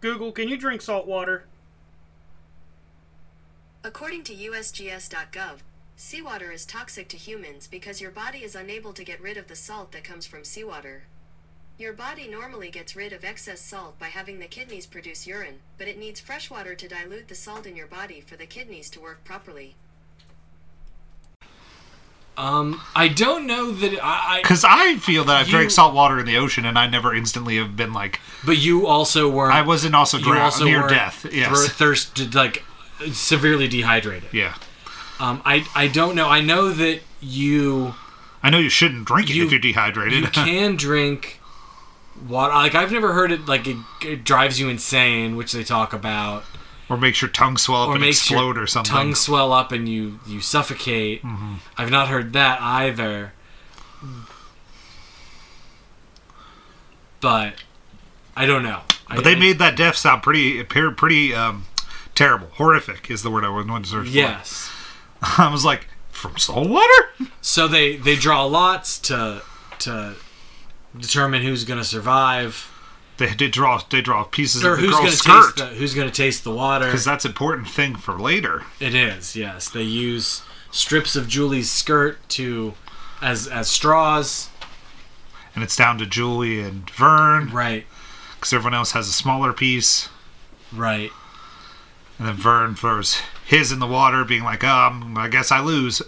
[SPEAKER 5] Google, can you drink salt water?
[SPEAKER 6] According to USGS.gov, seawater is toxic to humans because your body is unable to get rid of the salt that comes from seawater. Your body normally gets rid of excess salt by having the kidneys produce urine, but it needs fresh water to dilute the salt in your body for the kidneys to work properly.
[SPEAKER 2] Um, I don't know that I. I
[SPEAKER 1] Because I feel that I've
[SPEAKER 2] You-
[SPEAKER 1] drank salt water in the ocean and I never instantly have been like
[SPEAKER 2] but you also weren't.
[SPEAKER 1] I wasn't also
[SPEAKER 2] you
[SPEAKER 1] drowned
[SPEAKER 2] also
[SPEAKER 1] near
[SPEAKER 2] weren't
[SPEAKER 1] death. Yes.
[SPEAKER 2] thir- thirst like severely dehydrated.
[SPEAKER 1] yeah.
[SPEAKER 2] Um, I I don't know. I know that you
[SPEAKER 1] I know you shouldn't drink it
[SPEAKER 2] You-
[SPEAKER 1] if you're dehydrated.
[SPEAKER 2] you can drink water. Like I've never heard it. Like it, it drives you insane, which they talk about,
[SPEAKER 1] or makes your tongue swell up
[SPEAKER 2] or
[SPEAKER 1] and
[SPEAKER 2] makes
[SPEAKER 1] explode
[SPEAKER 2] your
[SPEAKER 1] or something. Mm-hmm.
[SPEAKER 2] tongue swell up and you you suffocate. I've not heard that either. But I don't know.
[SPEAKER 1] But they made that death sound pretty, appear pretty um, terrible. Horrific is the word I was going to search
[SPEAKER 2] yes.
[SPEAKER 1] for. I was like, from salt water?
[SPEAKER 2] So they they draw lots to to determine who's going to survive
[SPEAKER 1] They did draw. They draw pieces
[SPEAKER 2] or
[SPEAKER 1] of the
[SPEAKER 2] who's going
[SPEAKER 1] girl's
[SPEAKER 2] to taste the
[SPEAKER 1] skirt
[SPEAKER 2] who's going to taste the water.
[SPEAKER 1] because that's important thing for later.
[SPEAKER 2] It is yes. They use strips of Julie's skirt to as as straws.
[SPEAKER 1] And it's down to Julie and Vern
[SPEAKER 2] Right,
[SPEAKER 1] because everyone else has a smaller piece.
[SPEAKER 2] right.
[SPEAKER 1] And then Vern throws his in the water, being like, um, I guess I lose.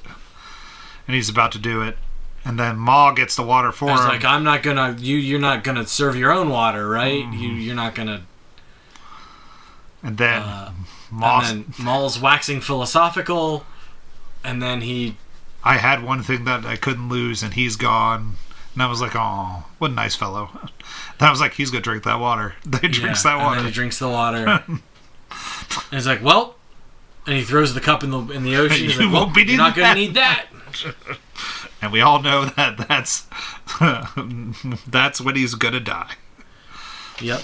[SPEAKER 1] And he's about to do it. And then Ma gets the water for
[SPEAKER 2] I was
[SPEAKER 1] him.
[SPEAKER 2] like, I'm not gonna you you're not gonna serve your own water, right? You
[SPEAKER 1] Mm-hmm.
[SPEAKER 2] you're not gonna.
[SPEAKER 1] and then Ma,
[SPEAKER 2] uh, And then Maul's waxing philosophical, and then he
[SPEAKER 1] I had one thing that I couldn't lose, and he's gone. And I was like, oh, what a nice fellow. Then I was like, he's going to drink that water. They drinks
[SPEAKER 2] yeah,
[SPEAKER 1] that
[SPEAKER 2] And
[SPEAKER 1] water.
[SPEAKER 2] then he drinks the water. and he's like, well, and he throws the cup in the in the ocean. He's
[SPEAKER 1] You
[SPEAKER 2] like, well,
[SPEAKER 1] won't be
[SPEAKER 2] you're not
[SPEAKER 1] needing
[SPEAKER 2] gonna
[SPEAKER 1] that."
[SPEAKER 2] need that.
[SPEAKER 1] and we all know that that's, that's when he's going to die.
[SPEAKER 2] Yep.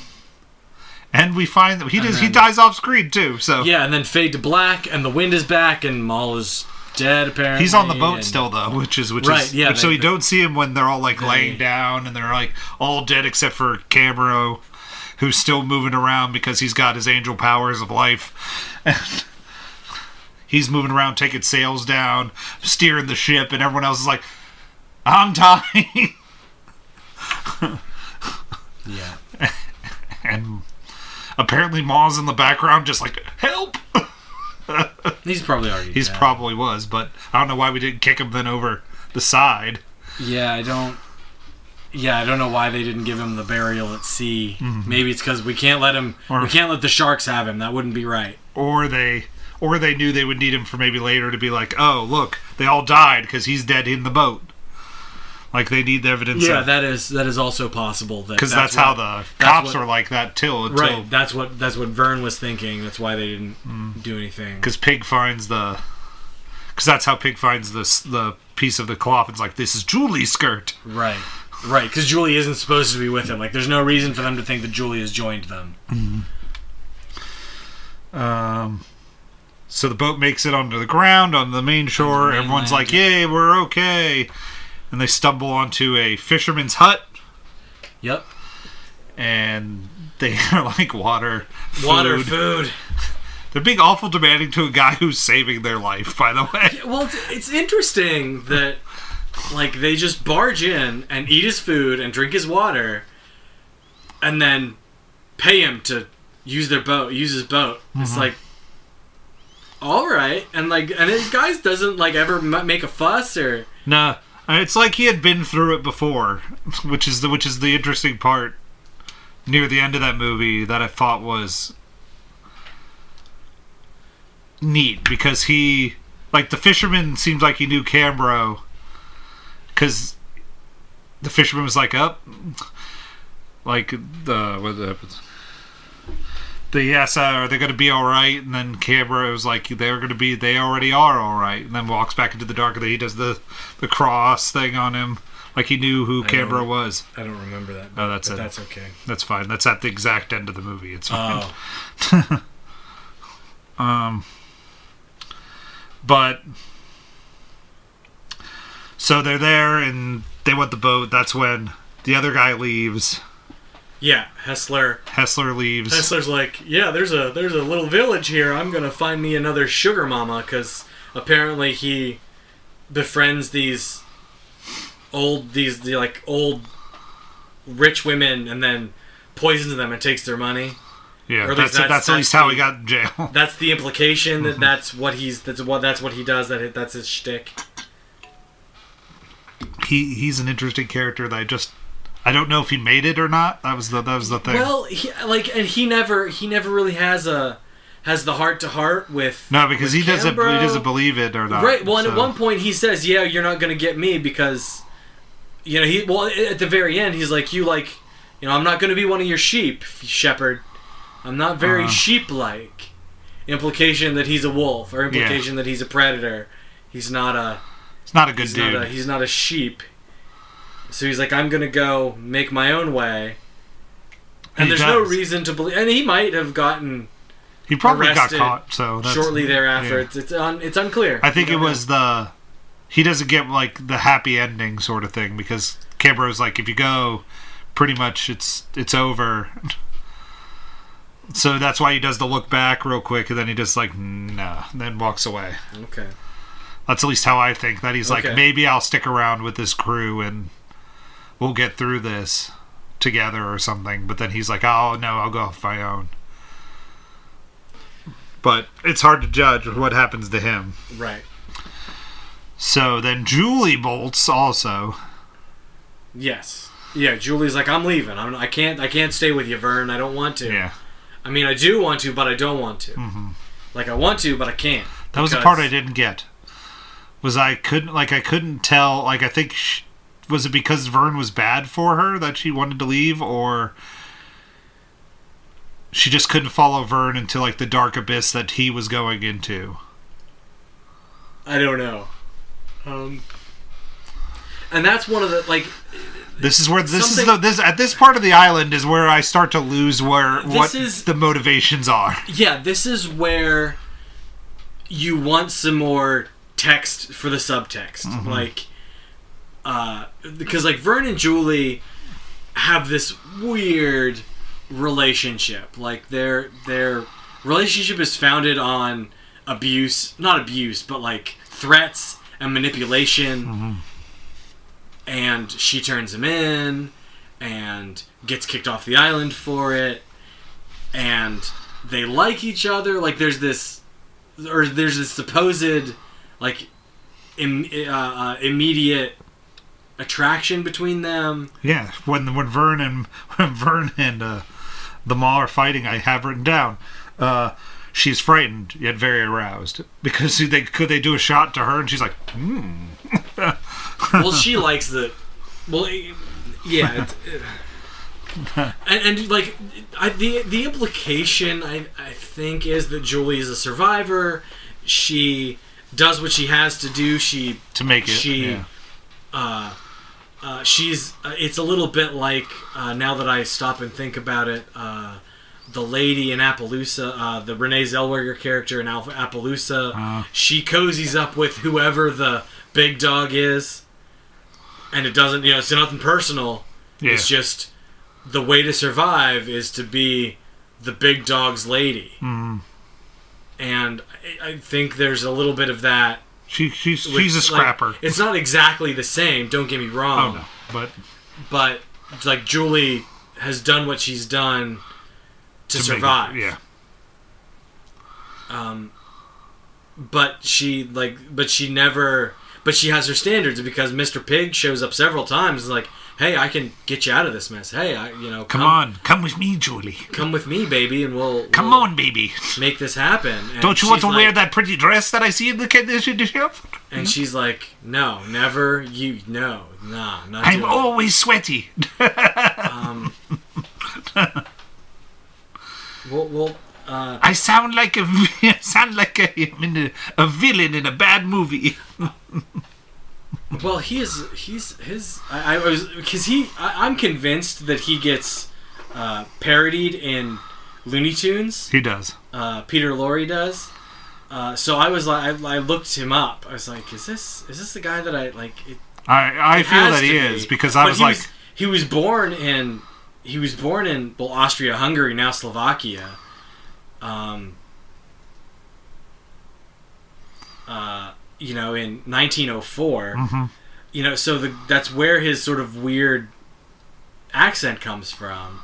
[SPEAKER 1] And we find that he, does, he
[SPEAKER 2] then-
[SPEAKER 1] dies off screen, too. So
[SPEAKER 2] Yeah, and then fade to black, and the wind is back, and Maul is dead. Apparently,
[SPEAKER 1] He's on the boat
[SPEAKER 2] and-
[SPEAKER 1] still though, which is which
[SPEAKER 2] Right,
[SPEAKER 1] is
[SPEAKER 2] yeah,
[SPEAKER 1] which- so
[SPEAKER 2] they-
[SPEAKER 1] you
[SPEAKER 2] they-
[SPEAKER 1] don't see him when they're all like laying down and they're like all dead except for Camero, who's still moving around because he's got his angel powers of life. And he's moving around, taking sails down, steering the ship, and everyone else is like, "I'm dying."
[SPEAKER 2] Yeah.
[SPEAKER 1] and apparently, Ma's in the background, just like, "Help!"
[SPEAKER 2] He's probably already.
[SPEAKER 1] He's
[SPEAKER 2] dead.
[SPEAKER 1] probably was, but I don't know why we didn't kick him then over the side.
[SPEAKER 2] Yeah, I don't. Yeah, I don't know why they didn't give him the burial at sea. Maybe it's because we can't let him.
[SPEAKER 1] Mm-hmm. Or-
[SPEAKER 2] we can't let the sharks have him. That wouldn't be right.
[SPEAKER 1] or they or they knew they would need him for maybe later to be like, oh look, they all died because he's dead in the boat. Like they need the evidence.
[SPEAKER 2] Yeah,
[SPEAKER 1] of,
[SPEAKER 2] that is that is also possible.
[SPEAKER 1] because that's, how the cops are like that till until
[SPEAKER 2] Right. That's what that's what Vern was thinking. That's why they didn't
[SPEAKER 1] Mm.
[SPEAKER 2] do anything.
[SPEAKER 1] because Pig finds the because that's how Pig finds this the piece of the cloth. It's like this is Julie's skirt.
[SPEAKER 2] Right. Right. Because Julie isn't supposed to be with him. Like, there's no reason for them to think that Julie has joined them.
[SPEAKER 1] So the boat makes it onto the ground on the main shore. Everyone's like, yay, we're okay. And they stumble onto a fisherman's hut
[SPEAKER 2] Yep.
[SPEAKER 1] and they are like water, food.
[SPEAKER 2] Water, food.
[SPEAKER 1] They're being awful demanding to a guy who's saving their life, by the way.
[SPEAKER 2] Well, it's, it's interesting that like they just barge in and eat his food and drink his water, and then pay him to use their boat, use his boat. It's
[SPEAKER 1] Mm-hmm.
[SPEAKER 2] like. All right, and like, and this guy doesn't like ever m- make a fuss or
[SPEAKER 1] Nah. It's like he had been through it before, which is the which is the interesting part near the end of that movie that I thought was neat because he like the fisherman seems like he knew Cambro because the fisherman was like up like the what happens the yes uh, are they going to be all right and then Cambro was like they're going to be they already are all right and then walks back into the dark and then he does the the cross thing on him like he knew who Cambro
[SPEAKER 2] know.
[SPEAKER 1] was
[SPEAKER 2] I don't remember that.
[SPEAKER 1] Oh, that's but it. that's
[SPEAKER 2] okay.
[SPEAKER 1] that's fine that's at the exact end of the movie it's fine Um,
[SPEAKER 2] Oh,
[SPEAKER 1] But so they're there and they want the boat. That's when the other guy leaves.
[SPEAKER 2] yeah, Hessler.
[SPEAKER 1] Hessler leaves.
[SPEAKER 2] Hessler's like, yeah, there's a there's a little village here. I'm gonna find me another sugar mama because apparently he befriends these old these the, like old rich women and then poisons them and takes their money.
[SPEAKER 1] yeah,
[SPEAKER 2] or at
[SPEAKER 1] that's
[SPEAKER 2] least
[SPEAKER 1] that's,
[SPEAKER 2] that's-
[SPEAKER 1] at least how
[SPEAKER 2] that's
[SPEAKER 1] he got in jail.
[SPEAKER 2] That's the implication that that's what he's that's what that's what he does. That it- that's his shtick.
[SPEAKER 1] He he's an interesting character that I just I don't know if he made it or not. That was the that was the thing.
[SPEAKER 2] Well, he, like and he never he never really has a has the heart to heart with
[SPEAKER 1] no, because he doesn't
[SPEAKER 2] Cambro-
[SPEAKER 1] he doesn't believe it or not.
[SPEAKER 2] Right. Well, and
[SPEAKER 1] so-
[SPEAKER 2] at one point he says, "Yeah, you're not going to get me because, you know, he." Well, at the very end, he's like, "You like, you know, I'm not going to be one of your sheep, shepherd. I'm not very
[SPEAKER 1] Uh-huh.
[SPEAKER 2] sheep-like." Implication that he's a wolf, or implication that he's a predator. He's not a.
[SPEAKER 1] it's not a good
[SPEAKER 2] He's
[SPEAKER 1] dude.
[SPEAKER 2] not a. He's not a sheep. So he's like, "I'm going to go make my own way." And
[SPEAKER 1] He
[SPEAKER 2] there's no
[SPEAKER 1] does.
[SPEAKER 2] reason to believe, and he might have gotten
[SPEAKER 1] he probably got
[SPEAKER 2] arrested
[SPEAKER 1] caught. So that's,
[SPEAKER 2] shortly thereafter.
[SPEAKER 1] yeah.
[SPEAKER 2] It's it's un, it's unclear.
[SPEAKER 1] I think
[SPEAKER 2] We
[SPEAKER 1] it
[SPEAKER 2] don't know.
[SPEAKER 1] was the he doesn't get like the happy ending sort of thing because Cambero's like, if you go, pretty much it's it's over. So that's why he does the look back real quick, and then he just like nah, and then walks away.
[SPEAKER 2] Okay.
[SPEAKER 1] That's at least how I think that he's
[SPEAKER 2] Okay.
[SPEAKER 1] like, maybe I'll stick around with this crew and we'll get through this together or something. But then he's like, oh no, I'll go off my own. But it's hard to judge what happens to him.
[SPEAKER 2] Right.
[SPEAKER 1] So then Julie bolts also.
[SPEAKER 2] Yes. Yeah. Julie's like, I'm leaving. I'm, I can't. I can't stay with you, Vern. I don't want to.
[SPEAKER 1] Yeah.
[SPEAKER 2] I mean, I do want to, but I don't want to. Like I want to, but I can't.
[SPEAKER 1] That was the
[SPEAKER 2] because-
[SPEAKER 1] part I didn't get. Was I couldn't like I couldn't tell like I think sh was it because Vern was bad for her that she wanted to leave or she just couldn't follow Vern into like the dark abyss that he was going into.
[SPEAKER 2] I don't know. Um. And that's one of the like
[SPEAKER 1] This is where this is the
[SPEAKER 2] Something-
[SPEAKER 1] this at this part of the island is where I start to lose where what
[SPEAKER 2] is-
[SPEAKER 1] the motivations are.
[SPEAKER 2] yeah, this is where you want some more text for the subtext. Like uh because like Vern and Julie have this weird relationship. Like their their relationship is founded on abuse, not abuse, but like threats and manipulation. And she turns him in and gets kicked off the island for it and they like each other. Like there's this, or there's this supposed like Im- uh, uh, immediate attraction between them.
[SPEAKER 1] Yeah, when when Vern and when Vern and uh, the Ma are fighting, I have written down. Uh, she's frightened yet very aroused because they could they do a shot to her, and she's like, hmm.
[SPEAKER 2] Well, she likes the. Well, i- yeah. It's, and, and like I, the the implication I, I think is that Julie is a survivor. She does what she has to do. She
[SPEAKER 1] to make it.
[SPEAKER 2] She-
[SPEAKER 1] yeah.
[SPEAKER 2] uh, she's uh, it's a little bit like uh, now that I stop and think about it, uh, the lady in Appaloosa, uh, the Renee Zellweger character in Alpha Appaloosa,
[SPEAKER 1] Uh-huh.
[SPEAKER 2] she cozies up with whoever the big dog is, and it doesn't you know it's nothing personal.
[SPEAKER 1] Yeah.
[SPEAKER 2] It's just the way to survive is to be the big dog's lady.
[SPEAKER 1] Mm-hmm.
[SPEAKER 2] And I, I think there's a little bit of that.
[SPEAKER 1] she she's
[SPEAKER 2] with-
[SPEAKER 1] she's a
[SPEAKER 2] like,
[SPEAKER 1] scrapper.
[SPEAKER 2] it's not exactly the same. Don't get me wrong
[SPEAKER 1] oh no, but
[SPEAKER 2] but like Julie has done what she's done
[SPEAKER 1] to
[SPEAKER 2] to,
[SPEAKER 1] make it-
[SPEAKER 2] survive.
[SPEAKER 1] yeah,
[SPEAKER 2] But she like but she never but she has her standards because Mr. Pig shows up several times and is like, "Hey, I can get you out of this mess. Hey, I you know,
[SPEAKER 1] come on, come with me, Julie.
[SPEAKER 2] Come with me, baby, and we'll
[SPEAKER 1] Come
[SPEAKER 2] we'll
[SPEAKER 1] on, baby.
[SPEAKER 2] make this happen." And
[SPEAKER 1] Don't you want to
[SPEAKER 2] she's like-
[SPEAKER 1] wear that pretty dress that I see in the condition shop?
[SPEAKER 2] And she's like, "No, never. You no, nah, not
[SPEAKER 1] I'm
[SPEAKER 2] doing it."
[SPEAKER 1] always sweaty.
[SPEAKER 2] We'll, we'll
[SPEAKER 1] I sound like a I sound like a, I'm in a, a villain in a bad movie.
[SPEAKER 2] Well, he is. He's his. I, I was because he. I, I'm convinced that he gets uh, parodied in Looney Tunes.
[SPEAKER 1] He does.
[SPEAKER 2] Uh, Peter Lorre does. Uh, so I was like, I, I looked him up. I was like, is this is this the guy that I like? It
[SPEAKER 1] I I feel
[SPEAKER 2] has
[SPEAKER 1] that
[SPEAKER 2] to
[SPEAKER 1] he
[SPEAKER 2] be.
[SPEAKER 1] is because
[SPEAKER 2] But
[SPEAKER 1] I was
[SPEAKER 2] he
[SPEAKER 1] like,
[SPEAKER 2] he was born in, he was born in well Austria Hungary now Slovakia. Um. Uh, you know, in 1904
[SPEAKER 1] Mm-hmm.
[SPEAKER 2] you know so the, that's where his sort of weird accent comes from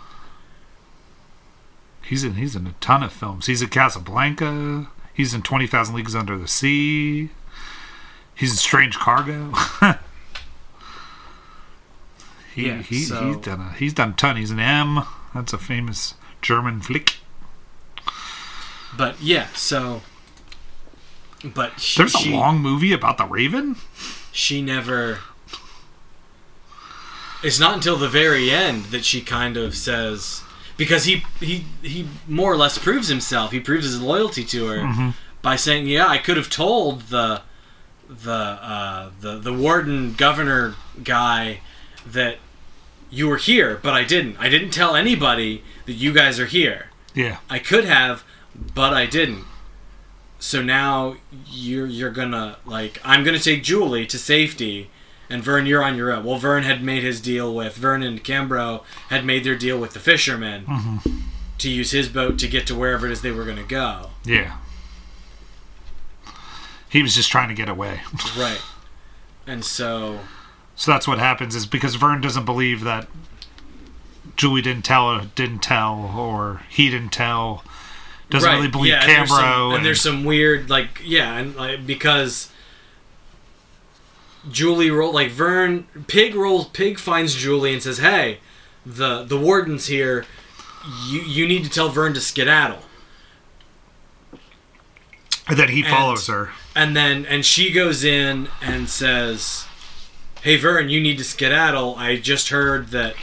[SPEAKER 1] he's in he's in a ton of films. He's in Casablanca. He's in Twenty Thousand Leagues Under the Sea. He's in Strange Cargo. he,
[SPEAKER 2] Yeah,
[SPEAKER 1] he,
[SPEAKER 2] so-
[SPEAKER 1] he's done a he's done a ton. He's an M. That's a famous German flick.
[SPEAKER 2] but yeah so but she,
[SPEAKER 1] There's
[SPEAKER 2] she-
[SPEAKER 1] a long movie about the Raven.
[SPEAKER 2] she never it's not until the very end that she kind of says because he he he more or less proves himself he proves his loyalty to her by saying yeah i could have told the the uh, the the warden governor guy that you were here but i didn't i didn't tell anybody that you guys are here
[SPEAKER 1] Yeah,
[SPEAKER 2] I could have, but I didn't. So now you're you're gonna like I'm gonna take Julie to safety, and Vern, you're on your own. Well, Vern had made his deal with Vern and Cambro had made their deal with the fisherman to use his boat to get to wherever it is they were gonna go.
[SPEAKER 1] Yeah. He was just trying to get away.
[SPEAKER 2] Right. And so
[SPEAKER 1] So that's what happens is because Vern doesn't believe that Julie didn't tell didn't tell or he didn't tell. Doesn't really believe Cambro
[SPEAKER 2] yeah, And there's, some, and there's some weird, like, yeah, and like, because Julie roll like Vern Pig rolls Pig finds Julie and says, "Hey, the the warden's here. You you need to tell Vern to skedaddle."
[SPEAKER 1] and then he
[SPEAKER 2] and-
[SPEAKER 1] follows her.
[SPEAKER 2] And then and she goes in and says, "Hey Vern, you need to skedaddle. I just heard that."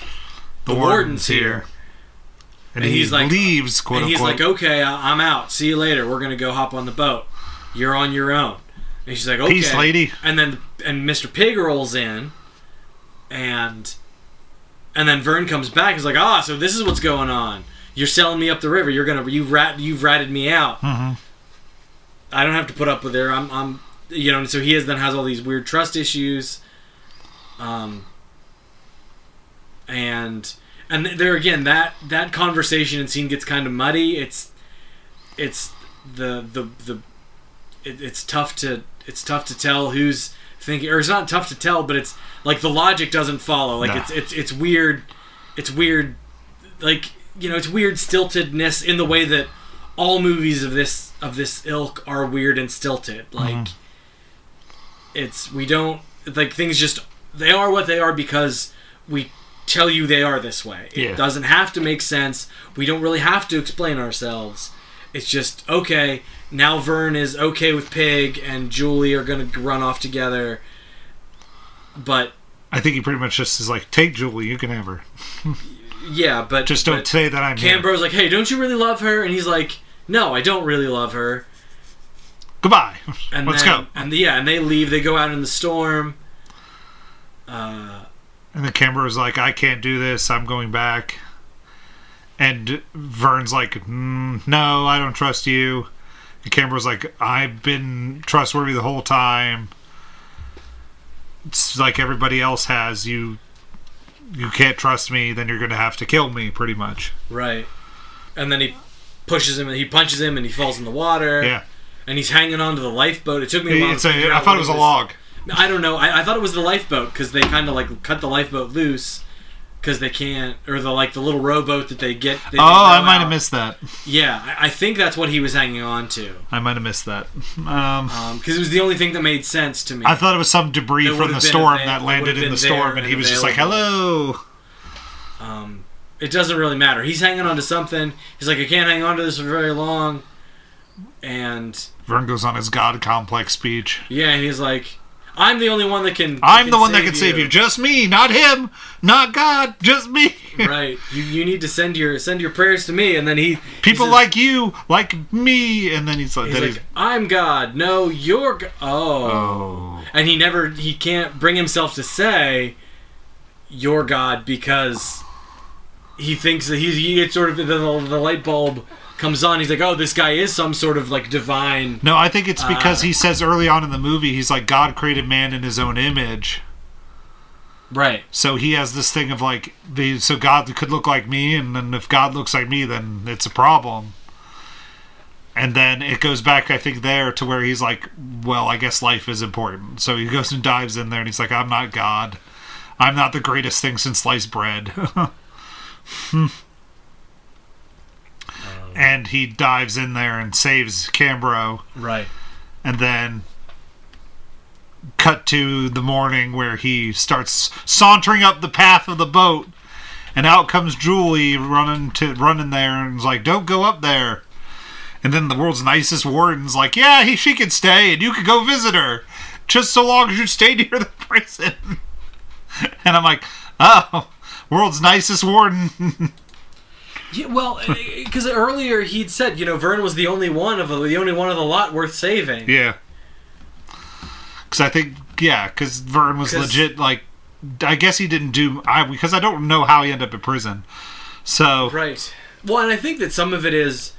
[SPEAKER 1] The,
[SPEAKER 2] warden's here.
[SPEAKER 1] And,
[SPEAKER 2] And
[SPEAKER 1] he
[SPEAKER 2] he's like-
[SPEAKER 1] leaves, quote
[SPEAKER 2] and he's
[SPEAKER 1] unquote.
[SPEAKER 2] like, "Okay, I- I'm out. See you later. We're gonna go hop on the boat. You're on your own." And she's like, "Okay,
[SPEAKER 1] Peace, lady."
[SPEAKER 2] And then and Mr. Pig rolls in, and and then Vern comes back. He's like, "Ah, so this is what's going on. You're selling me up the river. You're gonna you rat you've ratted me out.
[SPEAKER 1] Mm-hmm.
[SPEAKER 2] I don't have to put up with her. I'm I'm you know." And so he is then has all these weird trust issues. Um. And and there again that that conversation and scene gets kind of muddy it's it's the the the it, it's tough to it's tough to tell who's thinking or it's not tough to tell but it's like the logic doesn't follow like
[SPEAKER 1] No.
[SPEAKER 2] it's it's it's weird it's weird like you know it's weird stiltedness in the way that all movies of this of this ilk are weird and stilted
[SPEAKER 1] Mm-hmm.
[SPEAKER 2] like it's we don't like things just they are what they are because we tell you they are this way it
[SPEAKER 1] Yeah.
[SPEAKER 2] doesn't have to make sense we don't really have to explain ourselves it's just okay now vern is okay with pig and julie are gonna run off together but
[SPEAKER 1] I think he pretty much just is like, take Julie, you can have her.
[SPEAKER 2] yeah but
[SPEAKER 1] Just don't
[SPEAKER 2] but
[SPEAKER 1] say that I'm here.
[SPEAKER 2] cambro's like hey don't you really love her and he's like no i don't really love her
[SPEAKER 1] Goodbye.
[SPEAKER 2] and
[SPEAKER 1] Let's
[SPEAKER 2] then,
[SPEAKER 1] go.
[SPEAKER 2] and yeah and they leave they go out in the storm uh
[SPEAKER 1] And the Cambro's like, I can't do this. I'm going back. And Vern's like, mm, No, I don't trust you. And Cambro's like, I've been trustworthy the whole time. It's like everybody else has. You, you can't trust me. Then you're gonna have to kill me, pretty much.
[SPEAKER 2] Right. And then he pushes him and he punches him and he falls in the water.
[SPEAKER 1] Yeah.
[SPEAKER 2] And he's hanging on to the lifeboat. It took me a while.
[SPEAKER 1] It's
[SPEAKER 2] to figure
[SPEAKER 1] a, I
[SPEAKER 2] out
[SPEAKER 1] thought
[SPEAKER 2] what
[SPEAKER 1] it was a
[SPEAKER 2] this-
[SPEAKER 1] log.
[SPEAKER 2] I don't know. I, I thought it was the lifeboat because they kind of like cut the lifeboat loose because they can't, or the like the little rowboat that they get. They
[SPEAKER 1] Oh, I
[SPEAKER 2] row
[SPEAKER 1] might
[SPEAKER 2] out.
[SPEAKER 1] have missed that.
[SPEAKER 2] Yeah, I, I think that's what he was hanging on to
[SPEAKER 1] I might have missed that. Um,
[SPEAKER 2] because it was the only thing that made sense to me.
[SPEAKER 1] I thought it was some debris
[SPEAKER 2] There
[SPEAKER 1] from
[SPEAKER 2] would've
[SPEAKER 1] the
[SPEAKER 2] been
[SPEAKER 1] storm
[SPEAKER 2] avail-
[SPEAKER 1] that
[SPEAKER 2] there
[SPEAKER 1] landed
[SPEAKER 2] would've
[SPEAKER 1] in
[SPEAKER 2] been
[SPEAKER 1] the storm,
[SPEAKER 2] there
[SPEAKER 1] and
[SPEAKER 2] and
[SPEAKER 1] he was just like, "Hello."
[SPEAKER 2] um, it doesn't really matter. He's hanging on to something. He's like, I can't hang on to this for very long. And
[SPEAKER 1] Vern goes on his god complex speech.
[SPEAKER 2] Yeah, and he's like, I'm the only one that can.
[SPEAKER 1] I'm the one that can save you. Just me, not him, not God, just me.
[SPEAKER 2] right. You, you need to send your send your prayers to me. And then he
[SPEAKER 1] People
[SPEAKER 2] he says-
[SPEAKER 1] like you, like me, and then he's like,
[SPEAKER 2] he's
[SPEAKER 1] then
[SPEAKER 2] like, I'm God. No, you're. G- oh.
[SPEAKER 1] oh,
[SPEAKER 2] And he never he can't bring himself to say, "You're God," because he thinks that he's he gets sort of the, the, the light bulb comes on. He's like, oh, this guy is some sort of like divine.
[SPEAKER 1] no, I think it's because
[SPEAKER 2] Uh.
[SPEAKER 1] he says early on in the movie, he's like, God created man in His own image,
[SPEAKER 2] Right.
[SPEAKER 1] so he has this thing of like, the so God could look like me, and then if God looks like me, then it's a problem. And then it goes back, I think, there to where he's like, well, I guess life is important. So he goes and dives in there, and he's like, I'm not God. I'm not the greatest thing since sliced bread. and he dives in there and saves Cambro.
[SPEAKER 2] Right.
[SPEAKER 1] And then cut to the morning where he starts sauntering up the path of the boat. And out comes Julie running to running there and is like, Don't go up there. And then the world's nicest warden's like, Yeah, he, she can stay and you can go visit her. Just so long as you stay near the prison. and I'm like, Oh, world's nicest warden.
[SPEAKER 2] Yeah, well, because earlier he'd said, you know, Vern was the only one of the, the only one of the lot worth saving.
[SPEAKER 1] Yeah. Because I think, yeah, because Vern was
[SPEAKER 2] 'Cause-
[SPEAKER 1] legit, like, I guess he didn't do, I because I don't know how he ended up in prison. So,
[SPEAKER 2] Right. Well, and I think that some of it is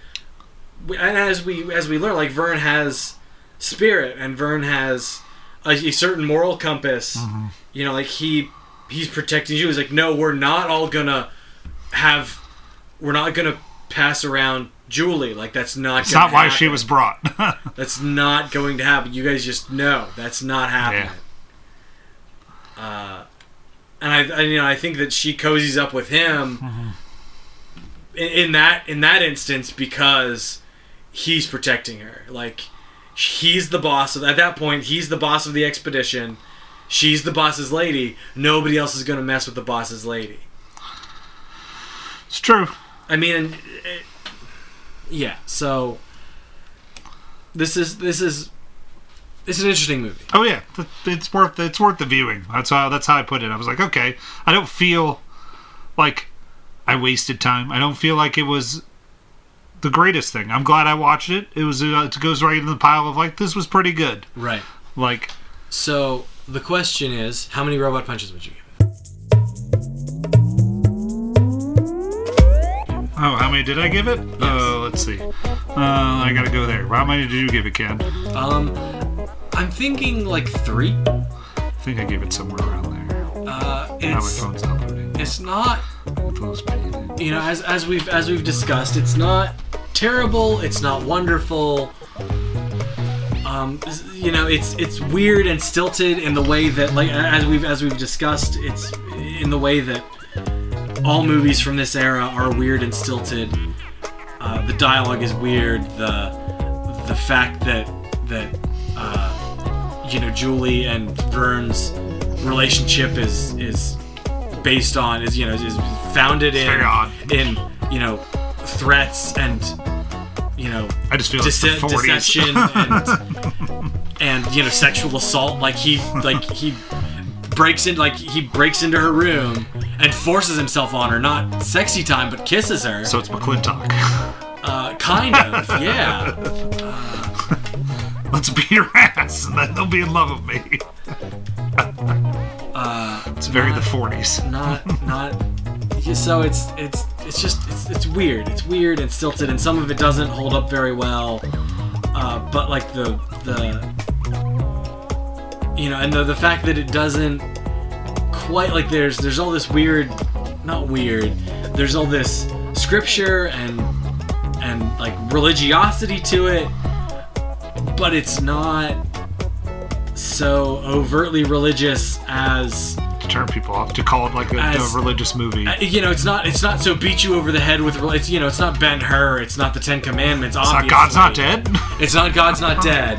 [SPEAKER 2] we- and as we as we learn, like Vern has spirit, and Vern has a, a certain moral compass.
[SPEAKER 1] Mm-hmm.
[SPEAKER 2] You know, like he he's protecting you. He's like, no, we're not all gonna have, we're not gonna pass around Julie. Like that's not.
[SPEAKER 1] It's
[SPEAKER 2] gonna
[SPEAKER 1] not why she
[SPEAKER 2] happen.
[SPEAKER 1] was brought.
[SPEAKER 2] That's not going to happen. You guys just know that's not happening. Uh, and I, I, you know, I think that she cozies up with him in, in that in that instance because he's protecting her. Like he's the boss of at that point. He's the boss of the expedition. She's the boss's lady. Nobody else is going to mess with the boss's lady.
[SPEAKER 1] it's true.
[SPEAKER 2] I mean, eh, yeah. So this is this is it's an interesting movie.
[SPEAKER 1] Oh yeah, Th- it's worth it's worth the viewing. That's how that's how I put it. I was like, okay, I don't feel like I wasted time. I don't feel like it was the greatest thing. I'm glad I watched it. It was uh, it goes right in the pile of like this was pretty good.
[SPEAKER 2] Right.
[SPEAKER 1] Like
[SPEAKER 2] So the question is, how many robot punches would you give? it?
[SPEAKER 1] oh, how many did I give it? Uh, let's see. Uh, I gotta go there. How many did you give it, Ken? I
[SPEAKER 2] Um, I'm thinking like three.
[SPEAKER 1] think I gave it somewhere around there.
[SPEAKER 2] Uh,
[SPEAKER 1] Now my
[SPEAKER 2] it's
[SPEAKER 1] phone's not loading.
[SPEAKER 2] it's not
[SPEAKER 1] Phone's beeping.
[SPEAKER 2] you know as as we've as we've discussed, it's not terrible. It's not wonderful. Um, s- you know, it's it's weird and stilted in the way that like a- as we've as we've discussed, it's in the way that all movies from this era are weird and stilted. Uh, the dialogue is weird. The the fact that that uh, you know Julie and Vern's relationship is is based on is you know is founded in
[SPEAKER 1] very odd.
[SPEAKER 2] in you know threats and you know
[SPEAKER 1] I just feel
[SPEAKER 2] dece-
[SPEAKER 1] it's the 40s.
[SPEAKER 2] deception and and you know sexual assault like he like he breaks in like he breaks into her room and forces himself on her not sexy time but kisses her
[SPEAKER 1] so it's McClintock.
[SPEAKER 2] uh, kind of yeah
[SPEAKER 1] Let's beat her ass, and then they'll be in love with me.
[SPEAKER 2] Uh,
[SPEAKER 1] it's very the 40s.
[SPEAKER 2] not not yeah, so it's it's it's just it's, it's weird it's weird and stilted and some of it doesn't hold up very well uh, but like the the you know and the, the fact that it doesn't quite like there's there's all this weird not weird there's all this scripture and and like religiosity to it but it's not so overtly religious as
[SPEAKER 1] To turn people off, to call it like a,
[SPEAKER 2] As-
[SPEAKER 1] a religious movie.
[SPEAKER 2] uh, you know, it's not it's not so beat you over the head with it's you know it's not Ben Hur, it's not the Ten Commandments.
[SPEAKER 1] it's
[SPEAKER 2] Obviously.
[SPEAKER 1] not God's Not Dead.
[SPEAKER 2] It's not God's not dead.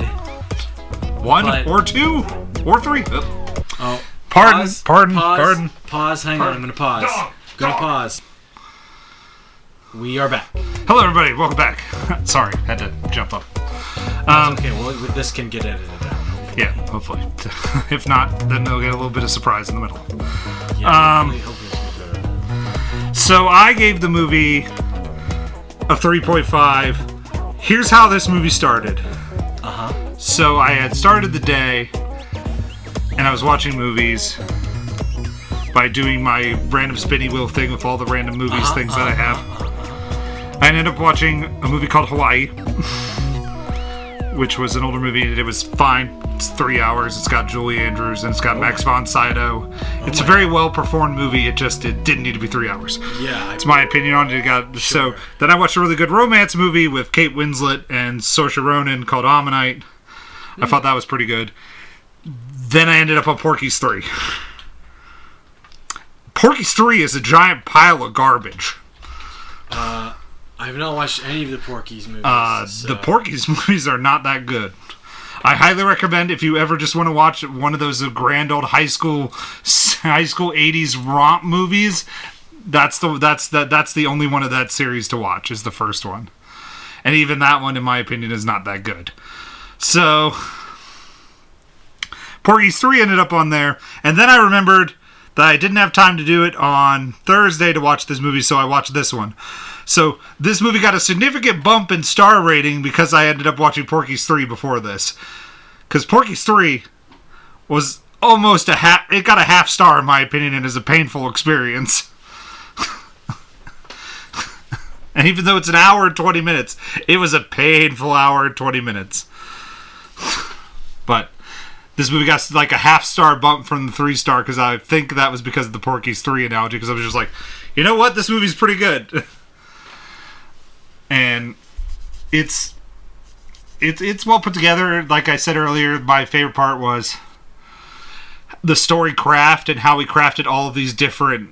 [SPEAKER 1] One
[SPEAKER 2] But-
[SPEAKER 1] or two or three. Oh,
[SPEAKER 2] Oh,
[SPEAKER 1] pardon,
[SPEAKER 2] pause,
[SPEAKER 1] pardon,
[SPEAKER 2] pause,
[SPEAKER 1] pardon.
[SPEAKER 2] pause. Hang on, I'm gonna pause.
[SPEAKER 1] Dog,
[SPEAKER 2] gonna
[SPEAKER 1] dog.
[SPEAKER 2] pause. We are back.
[SPEAKER 1] Hello, everybody. Welcome back. Sorry, had to jump up.
[SPEAKER 2] Okay, well this can get edited out.
[SPEAKER 1] Yeah, hopefully. if not, then they'll get a little bit of surprise in the middle.
[SPEAKER 2] Yeah,
[SPEAKER 1] Um,
[SPEAKER 2] hopefully, hopefully this will be better.
[SPEAKER 1] So I gave the movie a 3.5. Here's how this movie started. Uh-huh. So I had started the day and I was watching movies by doing my random spinny wheel thing with all the random movies
[SPEAKER 2] Uh-huh,
[SPEAKER 1] things that I have. I ended up watching a movie called Hawaii, which was an older movie and it was fine. It's three hours. It's got Julie Andrews and it's got Max
[SPEAKER 2] Oh.
[SPEAKER 1] von Sydow. It's a very well performed movie. It just it didn't need to be three hours.
[SPEAKER 2] yeah, I,
[SPEAKER 1] It's my opinion on it. It Got so then I watched a really good romance movie with Kate Winslet and Saoirse Ronan called Ammonite.
[SPEAKER 2] Hmm.
[SPEAKER 1] I thought that was pretty good. Then I ended up on Porky's Three. Porky's Three is a giant pile of garbage.
[SPEAKER 2] I've not watched any of the Porky's movies.
[SPEAKER 1] Uh,
[SPEAKER 2] so-
[SPEAKER 1] The Porky's movies are not that good. I highly recommend if you ever just want to watch one of those grand old high school high school 80s romp movies, that's the that's the, that's the only one of that series to watch is the first one. And even that one in my opinion is not that good. So Porky's 3 ended up on there and then I remembered that I didn't have time to do it on Thursday to watch this movie so I watched this one. So this movie got a significant bump in star rating because I ended up watching Porky's 3 before this. Because Porky's 3 was almost a half, it got a half star in my opinion and is a painful experience. And even though it's an hour and 20 minutes, it was a painful hour and 20 minutes. but this movie got like a half star bump from the three star because I think that was because of the Porky's 3 analogy because I was just like, you know what? This movie's pretty good. and it's. It's, it's well put together. Like I said earlier, my favorite part was the story craft and how we crafted all of these different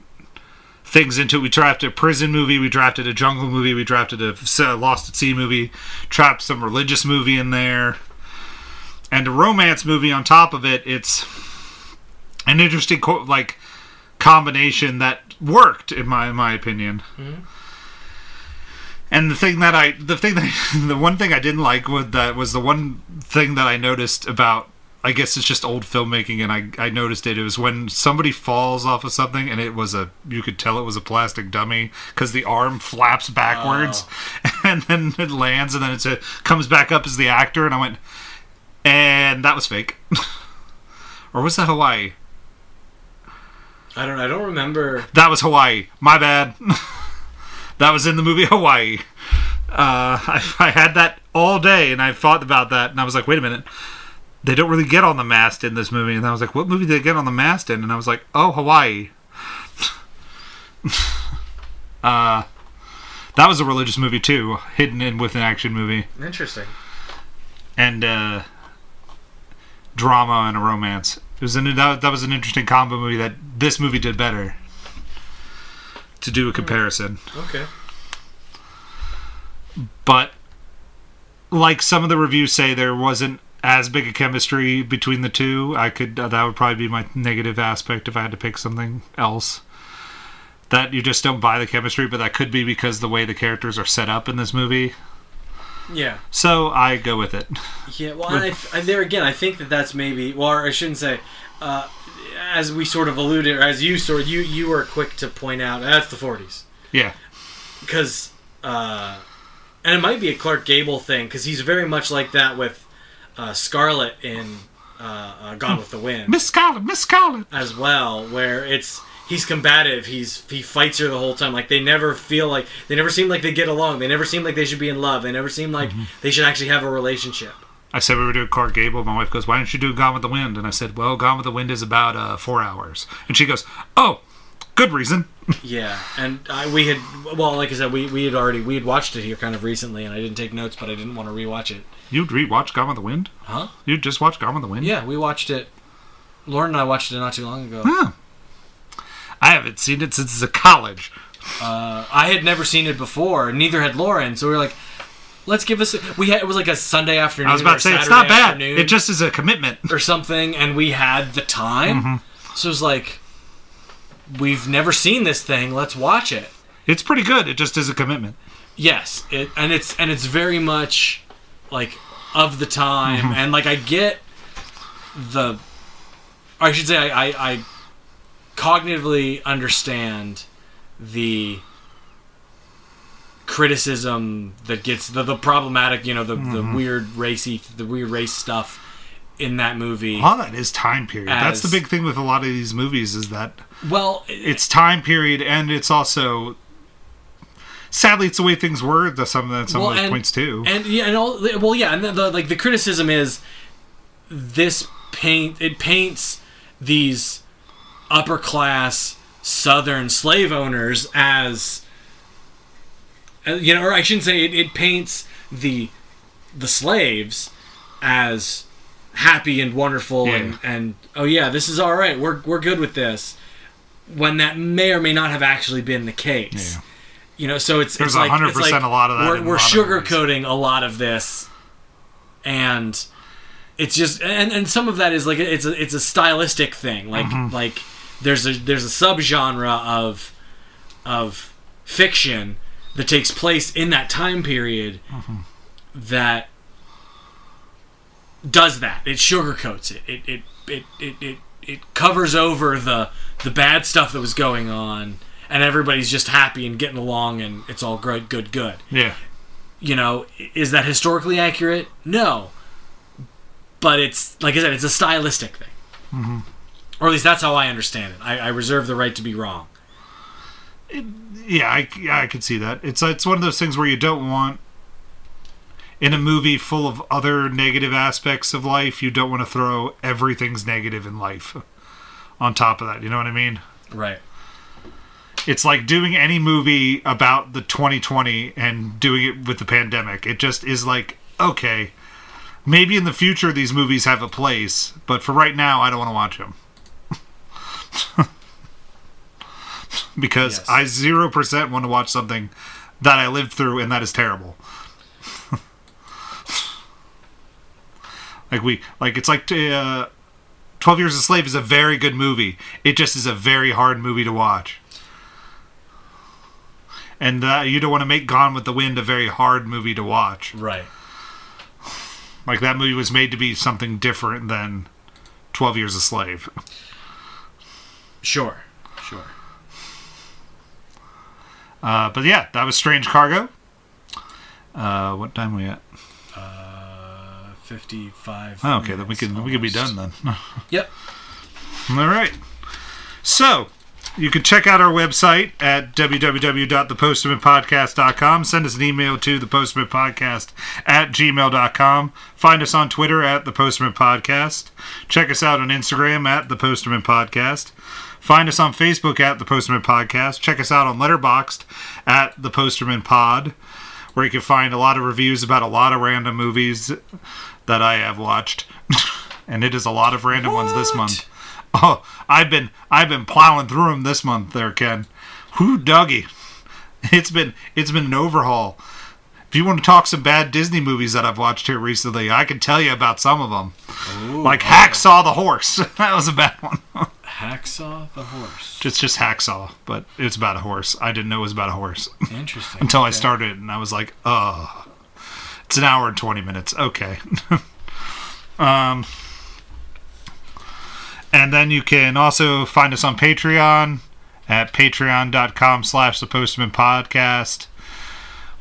[SPEAKER 1] things into it. We drafted a prison movie, we drafted a jungle movie, we drafted a uh, Lost at Sea movie, trapped some religious movie in there, and a romance movie on top of it. It's an interesting co- like combination that worked in my in my opinion. And the thing that I the thing that the one thing I didn't like was that was the one thing that I noticed about I guess it's just old filmmaking, and I, I noticed it. It was when somebody falls off of something, and it was a you could tell it was a plastic dummy because the arm flaps backwards, and then it lands, and then it comes back up as the actor. And I went, and that was fake, or was that Hawaii?
[SPEAKER 2] I don't. I don't remember.
[SPEAKER 1] That was Hawaii. My bad. that was in the movie Hawaii. Uh, I, I had that all day, and I thought about that, and I was like, wait a minute. They don't really get on the mast in this movie. And I was like, what movie did they get on the mast in? And I was like, oh, Hawaii. uh, that was a religious movie, too, hidden in with an action movie
[SPEAKER 2] Interesting.
[SPEAKER 1] and uh, drama and a romance. It was an, that, that was an interesting combo movie that this movie did better to do a comparison.
[SPEAKER 2] Okay.
[SPEAKER 1] but like some of the reviews say there wasn't as big a chemistry between the two i could uh, that would probably be my negative aspect if i had to pick something else that you just don't buy the chemistry but that could be because the way the characters are set up in this movie
[SPEAKER 2] Yeah.
[SPEAKER 1] so i go with it
[SPEAKER 2] Yeah, well, and I, I, there again, I think that that's maybe, well, I shouldn't say, uh, as we sort of alluded, or as you sort you you were quick to point out, that's the 40s.
[SPEAKER 1] yeah
[SPEAKER 2] Because, uh, and it might be a Clark Gable thing, because he's very much like that with uh, Scarlet in uh, uh, Gone with the Wind
[SPEAKER 1] miss scarlet miss scarlet
[SPEAKER 2] as well, where it's he's combative. He's he fights her the whole time. Like they never feel like they never seem like they get along. They never seem like they should be in love. They never seem like they should actually have a relationship.
[SPEAKER 1] i said we were doing clark gable my wife goes why don't you do gone with the wind and i said well gone with the wind is about uh, four hours and she goes oh good reason
[SPEAKER 2] Yeah, and I, we had well, like I said, we, we had already we had watched it here kind of recently, and I didn't take notes, but I didn't want to rewatch it.
[SPEAKER 1] you'd rewatch gone with the wind
[SPEAKER 2] Huh?
[SPEAKER 1] you'd just watch gone with the wind
[SPEAKER 2] Yeah, we watched it. Lauren and I watched it not too long ago.
[SPEAKER 1] I haven't seen it since the college.
[SPEAKER 2] I had never seen it before, and neither had Lauren, so we were like, let's give us. A, we had it was like a Sunday afternoon.
[SPEAKER 1] I was about
[SPEAKER 2] or
[SPEAKER 1] to say it's
[SPEAKER 2] Saturday
[SPEAKER 1] not bad.
[SPEAKER 2] afternoon
[SPEAKER 1] It just is a commitment.
[SPEAKER 2] or something, and we had the time,
[SPEAKER 1] Mm-hmm.
[SPEAKER 2] so it was like, we've never seen this thing. Let's watch it.
[SPEAKER 1] It's pretty good. It just is a commitment.
[SPEAKER 2] Yes, it, and it's and it's very much like of the time, and like I get the, or I should say, I, I, I cognitively understand the criticism that gets the, the problematic, you know, the, the weird racy, the weird race stuff in that movie.
[SPEAKER 1] All that is time period. That's the
[SPEAKER 2] As-
[SPEAKER 1] big thing with a lot of these movies is that
[SPEAKER 2] Well, it-
[SPEAKER 1] it's time period, and it's also sadly it's the way things were. That some that some of those points too.
[SPEAKER 2] And yeah, and all well, yeah, and the, the like the criticism is this paint it paints these upper class Southern slave owners as uh, you know, or I shouldn't say it, it paints the the slaves as happy and wonderful and, and oh yeah, this is all right. We're we're good with this. When that may or may not have actually been the case.
[SPEAKER 1] Yeah.
[SPEAKER 2] You know, so it's
[SPEAKER 1] There's
[SPEAKER 2] it's like,
[SPEAKER 1] 100%
[SPEAKER 2] it's like
[SPEAKER 1] a lot of that
[SPEAKER 2] We're,
[SPEAKER 1] in a
[SPEAKER 2] we're
[SPEAKER 1] lot of movies.
[SPEAKER 2] sugarcoating a lot of this, and it's just and and some of that is like it's a it's a stylistic thing. Like
[SPEAKER 1] Mm-hmm.
[SPEAKER 2] like there's a there's a subgenre of of fiction that takes place in that time period
[SPEAKER 1] Mm-hmm.
[SPEAKER 2] that does that. It sugarcoats it. It it it it, it it covers over the the bad stuff that was going on, and everybody's just happy and getting along, and it's all good, good, good
[SPEAKER 1] yeah,
[SPEAKER 2] you know, is that historically accurate? No. But it's, like I said, it's a stylistic thing.
[SPEAKER 1] Mm-hmm.
[SPEAKER 2] Or at least that's how I understand it. I, I reserve the right to be wrong.
[SPEAKER 1] yeah, I, yeah, I could see that. It's it's one of those things where you don't want in a movie full of other negative aspects of life. You don't want to throw everything's negative in life on top of that. You know what I mean?
[SPEAKER 2] Right.
[SPEAKER 1] It's like doing any movie about the 2020 and doing it with the pandemic. It just is like okay, maybe in the future these movies have a place, but for right now, I don't want to watch them. because
[SPEAKER 2] Yes.
[SPEAKER 1] I 0% want to watch something that I lived through and that is terrible. like we like it's like uh, 12 Years a Slave is a very good movie. It just is a very hard movie to watch. And uh, you don't want to make Gone with the Wind a very hard movie to watch.
[SPEAKER 2] Right.
[SPEAKER 1] Like that movie was made to be something different than Twelve Years a Slave.
[SPEAKER 2] Sure. Sure.
[SPEAKER 1] Uh, but yeah, that was Strange Cargo. Uh, what time we at?
[SPEAKER 2] Uh, Fifty-five.
[SPEAKER 1] Oh, okay, then we can we can be done then.
[SPEAKER 2] Yep.
[SPEAKER 1] All right. So you can check out our website at www.thepostmanpodcast.com. Send us an email to thepostmanpodcast at gmail.com. Find us on Twitter at The Postman Podcast. Check us out on Instagram at The Postman Podcast. Find us on Facebook at The Postman Podcast. Check us out on Letterboxd at The Posterman Pod, where you can find a lot of reviews about a lot of random movies that I have watched. and it is a lot of random ones this month. Oh, I've been I've been plowing through them this month, there, Ken. Whoo, Dougie! It's been it's been an overhaul. If you want to talk some bad Disney movies that I've watched here recently, I can tell you about some of them. like Hacksaw the Horse. that was a bad one.
[SPEAKER 3] Hacksaw the horse.
[SPEAKER 1] It's just Hacksaw, but it's about a horse. I didn't know it was about a horse
[SPEAKER 3] Interesting.
[SPEAKER 1] until I started it, and I was like, oh, it's an hour and 20 minutes. Okay. um, and then you can also find us on Patreon at patreon.com slash the postman podcast.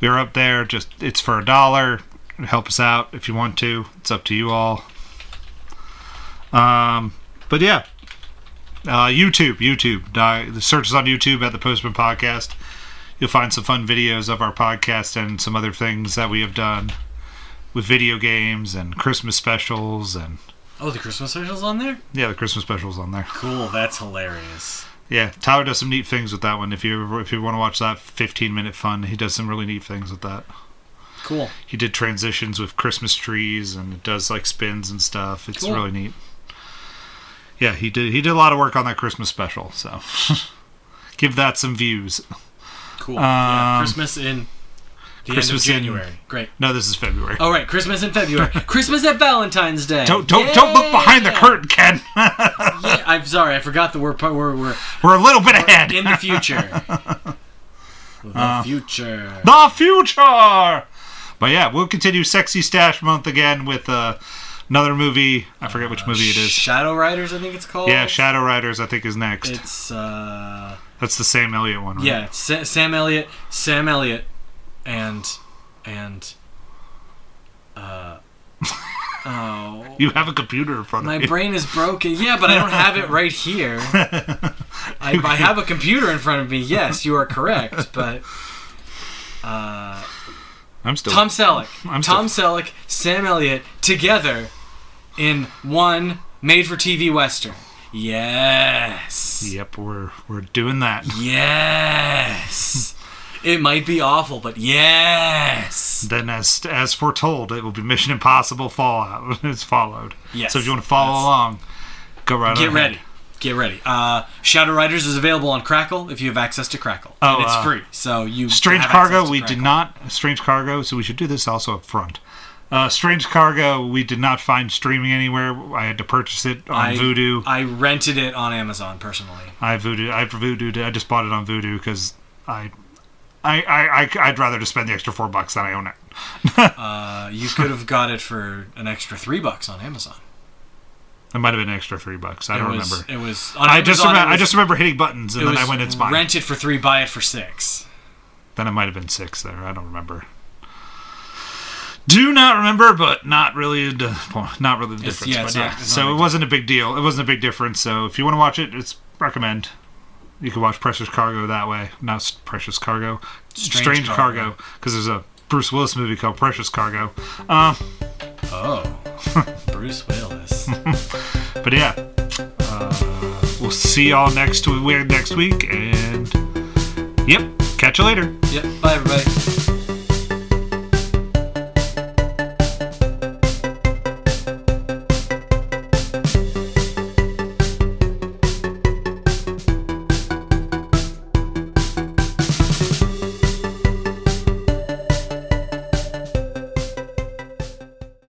[SPEAKER 1] We are up there. Just It's for a dollar. Help us out if you want to. It's up to you all. Um, but yeah. Uh, YouTube, YouTube. Di- Search us on YouTube at the Postman Podcast. You'll find some fun videos of our podcast and some other things that we have done with video games and Christmas specials and
[SPEAKER 2] Oh, the Christmas special's on there.
[SPEAKER 1] yeah, the Christmas specials on there.
[SPEAKER 2] Cool. That's hilarious.
[SPEAKER 1] Yeah, Tyler does some neat things with that one. If you ever, if you want to watch that 15 minute fun, he does some really neat things with that.
[SPEAKER 2] Cool.
[SPEAKER 1] He did transitions with Christmas trees and it does like spins and stuff. It's
[SPEAKER 2] Cool.
[SPEAKER 1] really neat. Yeah, he did he did a lot of work on that Christmas special, so give that some views.
[SPEAKER 2] Cool. yeah,
[SPEAKER 1] Um,
[SPEAKER 2] Christmas in the
[SPEAKER 1] Christmas in-
[SPEAKER 2] end of January. Great.
[SPEAKER 1] No, this is February.
[SPEAKER 2] All right, Christmas in February. Christmas at Valentine's Day.
[SPEAKER 1] Don't don't don't look behind the
[SPEAKER 2] Yeah.
[SPEAKER 1] curtain, Ken.
[SPEAKER 2] Yeah, I'm sorry, I forgot that we're pro- we're, we're
[SPEAKER 1] We're a little bit ahead.
[SPEAKER 2] in the future. the
[SPEAKER 1] Uh,
[SPEAKER 2] future.
[SPEAKER 1] the future. But yeah, we'll continue Sexy Stash Month again with uh, another movie. I forget which movie it is.
[SPEAKER 2] Shadow Riders, I think it's called.
[SPEAKER 1] Yeah, Shadow Riders, I think, is next.
[SPEAKER 2] Uh, It's uh
[SPEAKER 1] That's the Sam Elliott one, right?
[SPEAKER 2] yeah, it's Sa- Sam Elliott, Sam Elliott, and and uh oh,
[SPEAKER 1] You have a computer in front of
[SPEAKER 2] my
[SPEAKER 1] you.
[SPEAKER 2] brain is broken. Yeah, but I don't have it right here. I, I have a computer in front of me. Yes, you are correct, but.
[SPEAKER 1] I'm still.
[SPEAKER 2] Tom Selleck,
[SPEAKER 1] I'm
[SPEAKER 2] Tom Selleck, Sam Elliott together in one made-for-TV western. Yes.
[SPEAKER 1] Yep, we're we're doing that.
[SPEAKER 2] Yes. it might be awful, but yes.
[SPEAKER 1] Then, as as foretold, it will be Mission Impossible Fallout. It's followed.
[SPEAKER 2] Yes.
[SPEAKER 1] So if you want to follow along, go right
[SPEAKER 2] Get
[SPEAKER 1] ahead.
[SPEAKER 2] ready. Get ready. Uh, Shadow Riders is available on Crackle if you have access to Crackle,
[SPEAKER 1] Oh,
[SPEAKER 2] and it's
[SPEAKER 1] uh,
[SPEAKER 2] free. So you
[SPEAKER 1] Strange
[SPEAKER 2] have
[SPEAKER 1] Cargo,
[SPEAKER 2] access to
[SPEAKER 1] we did
[SPEAKER 2] Crackle.
[SPEAKER 1] not. Strange Cargo, so we should do this also up front. Uh, Strange Cargo, we did not find streaming anywhere. I had to purchase it on
[SPEAKER 2] I,
[SPEAKER 1] Voodoo.
[SPEAKER 2] I rented it on Amazon personally.
[SPEAKER 1] I voodoo. I voodooed. I just bought it on Voodoo because I, I, I, I, would rather just spend the extra four bucks than I own it.
[SPEAKER 2] Uh, you could have got it for an extra three bucks on Amazon.
[SPEAKER 1] It might have been an extra three bucks. I
[SPEAKER 2] It
[SPEAKER 1] don't
[SPEAKER 2] was,
[SPEAKER 1] remember.
[SPEAKER 2] It was. On
[SPEAKER 1] I just
[SPEAKER 2] Amazon, it
[SPEAKER 1] remember. I
[SPEAKER 2] was-
[SPEAKER 1] just remember hitting buttons and
[SPEAKER 2] It
[SPEAKER 1] then I
[SPEAKER 2] was
[SPEAKER 1] went and spying.
[SPEAKER 2] Rent it for three, buy it for six.
[SPEAKER 1] Then it might have been six there. I don't remember. Do not remember, but not really the well, not really the
[SPEAKER 2] It's-
[SPEAKER 1] difference.
[SPEAKER 2] yeah,
[SPEAKER 1] but
[SPEAKER 2] it's
[SPEAKER 1] yeah.
[SPEAKER 2] not- it's not a
[SPEAKER 1] so
[SPEAKER 2] big
[SPEAKER 1] it
[SPEAKER 2] deal.
[SPEAKER 1] wasn't a big deal. It wasn't a big difference. So if you want to watch it, it's recommend. You can watch Precious Cargo that way. Not S- Precious Cargo, Strange,
[SPEAKER 2] Cargo.
[SPEAKER 1] Cargo, because there's a Bruce Willis movie called Precious Cargo. Uh,
[SPEAKER 2] Oh, Bruce Willis.
[SPEAKER 1] but yeah, uh, we'll see y'all next week. Next week, and yep, catch you later.
[SPEAKER 2] yep. Bye, everybody.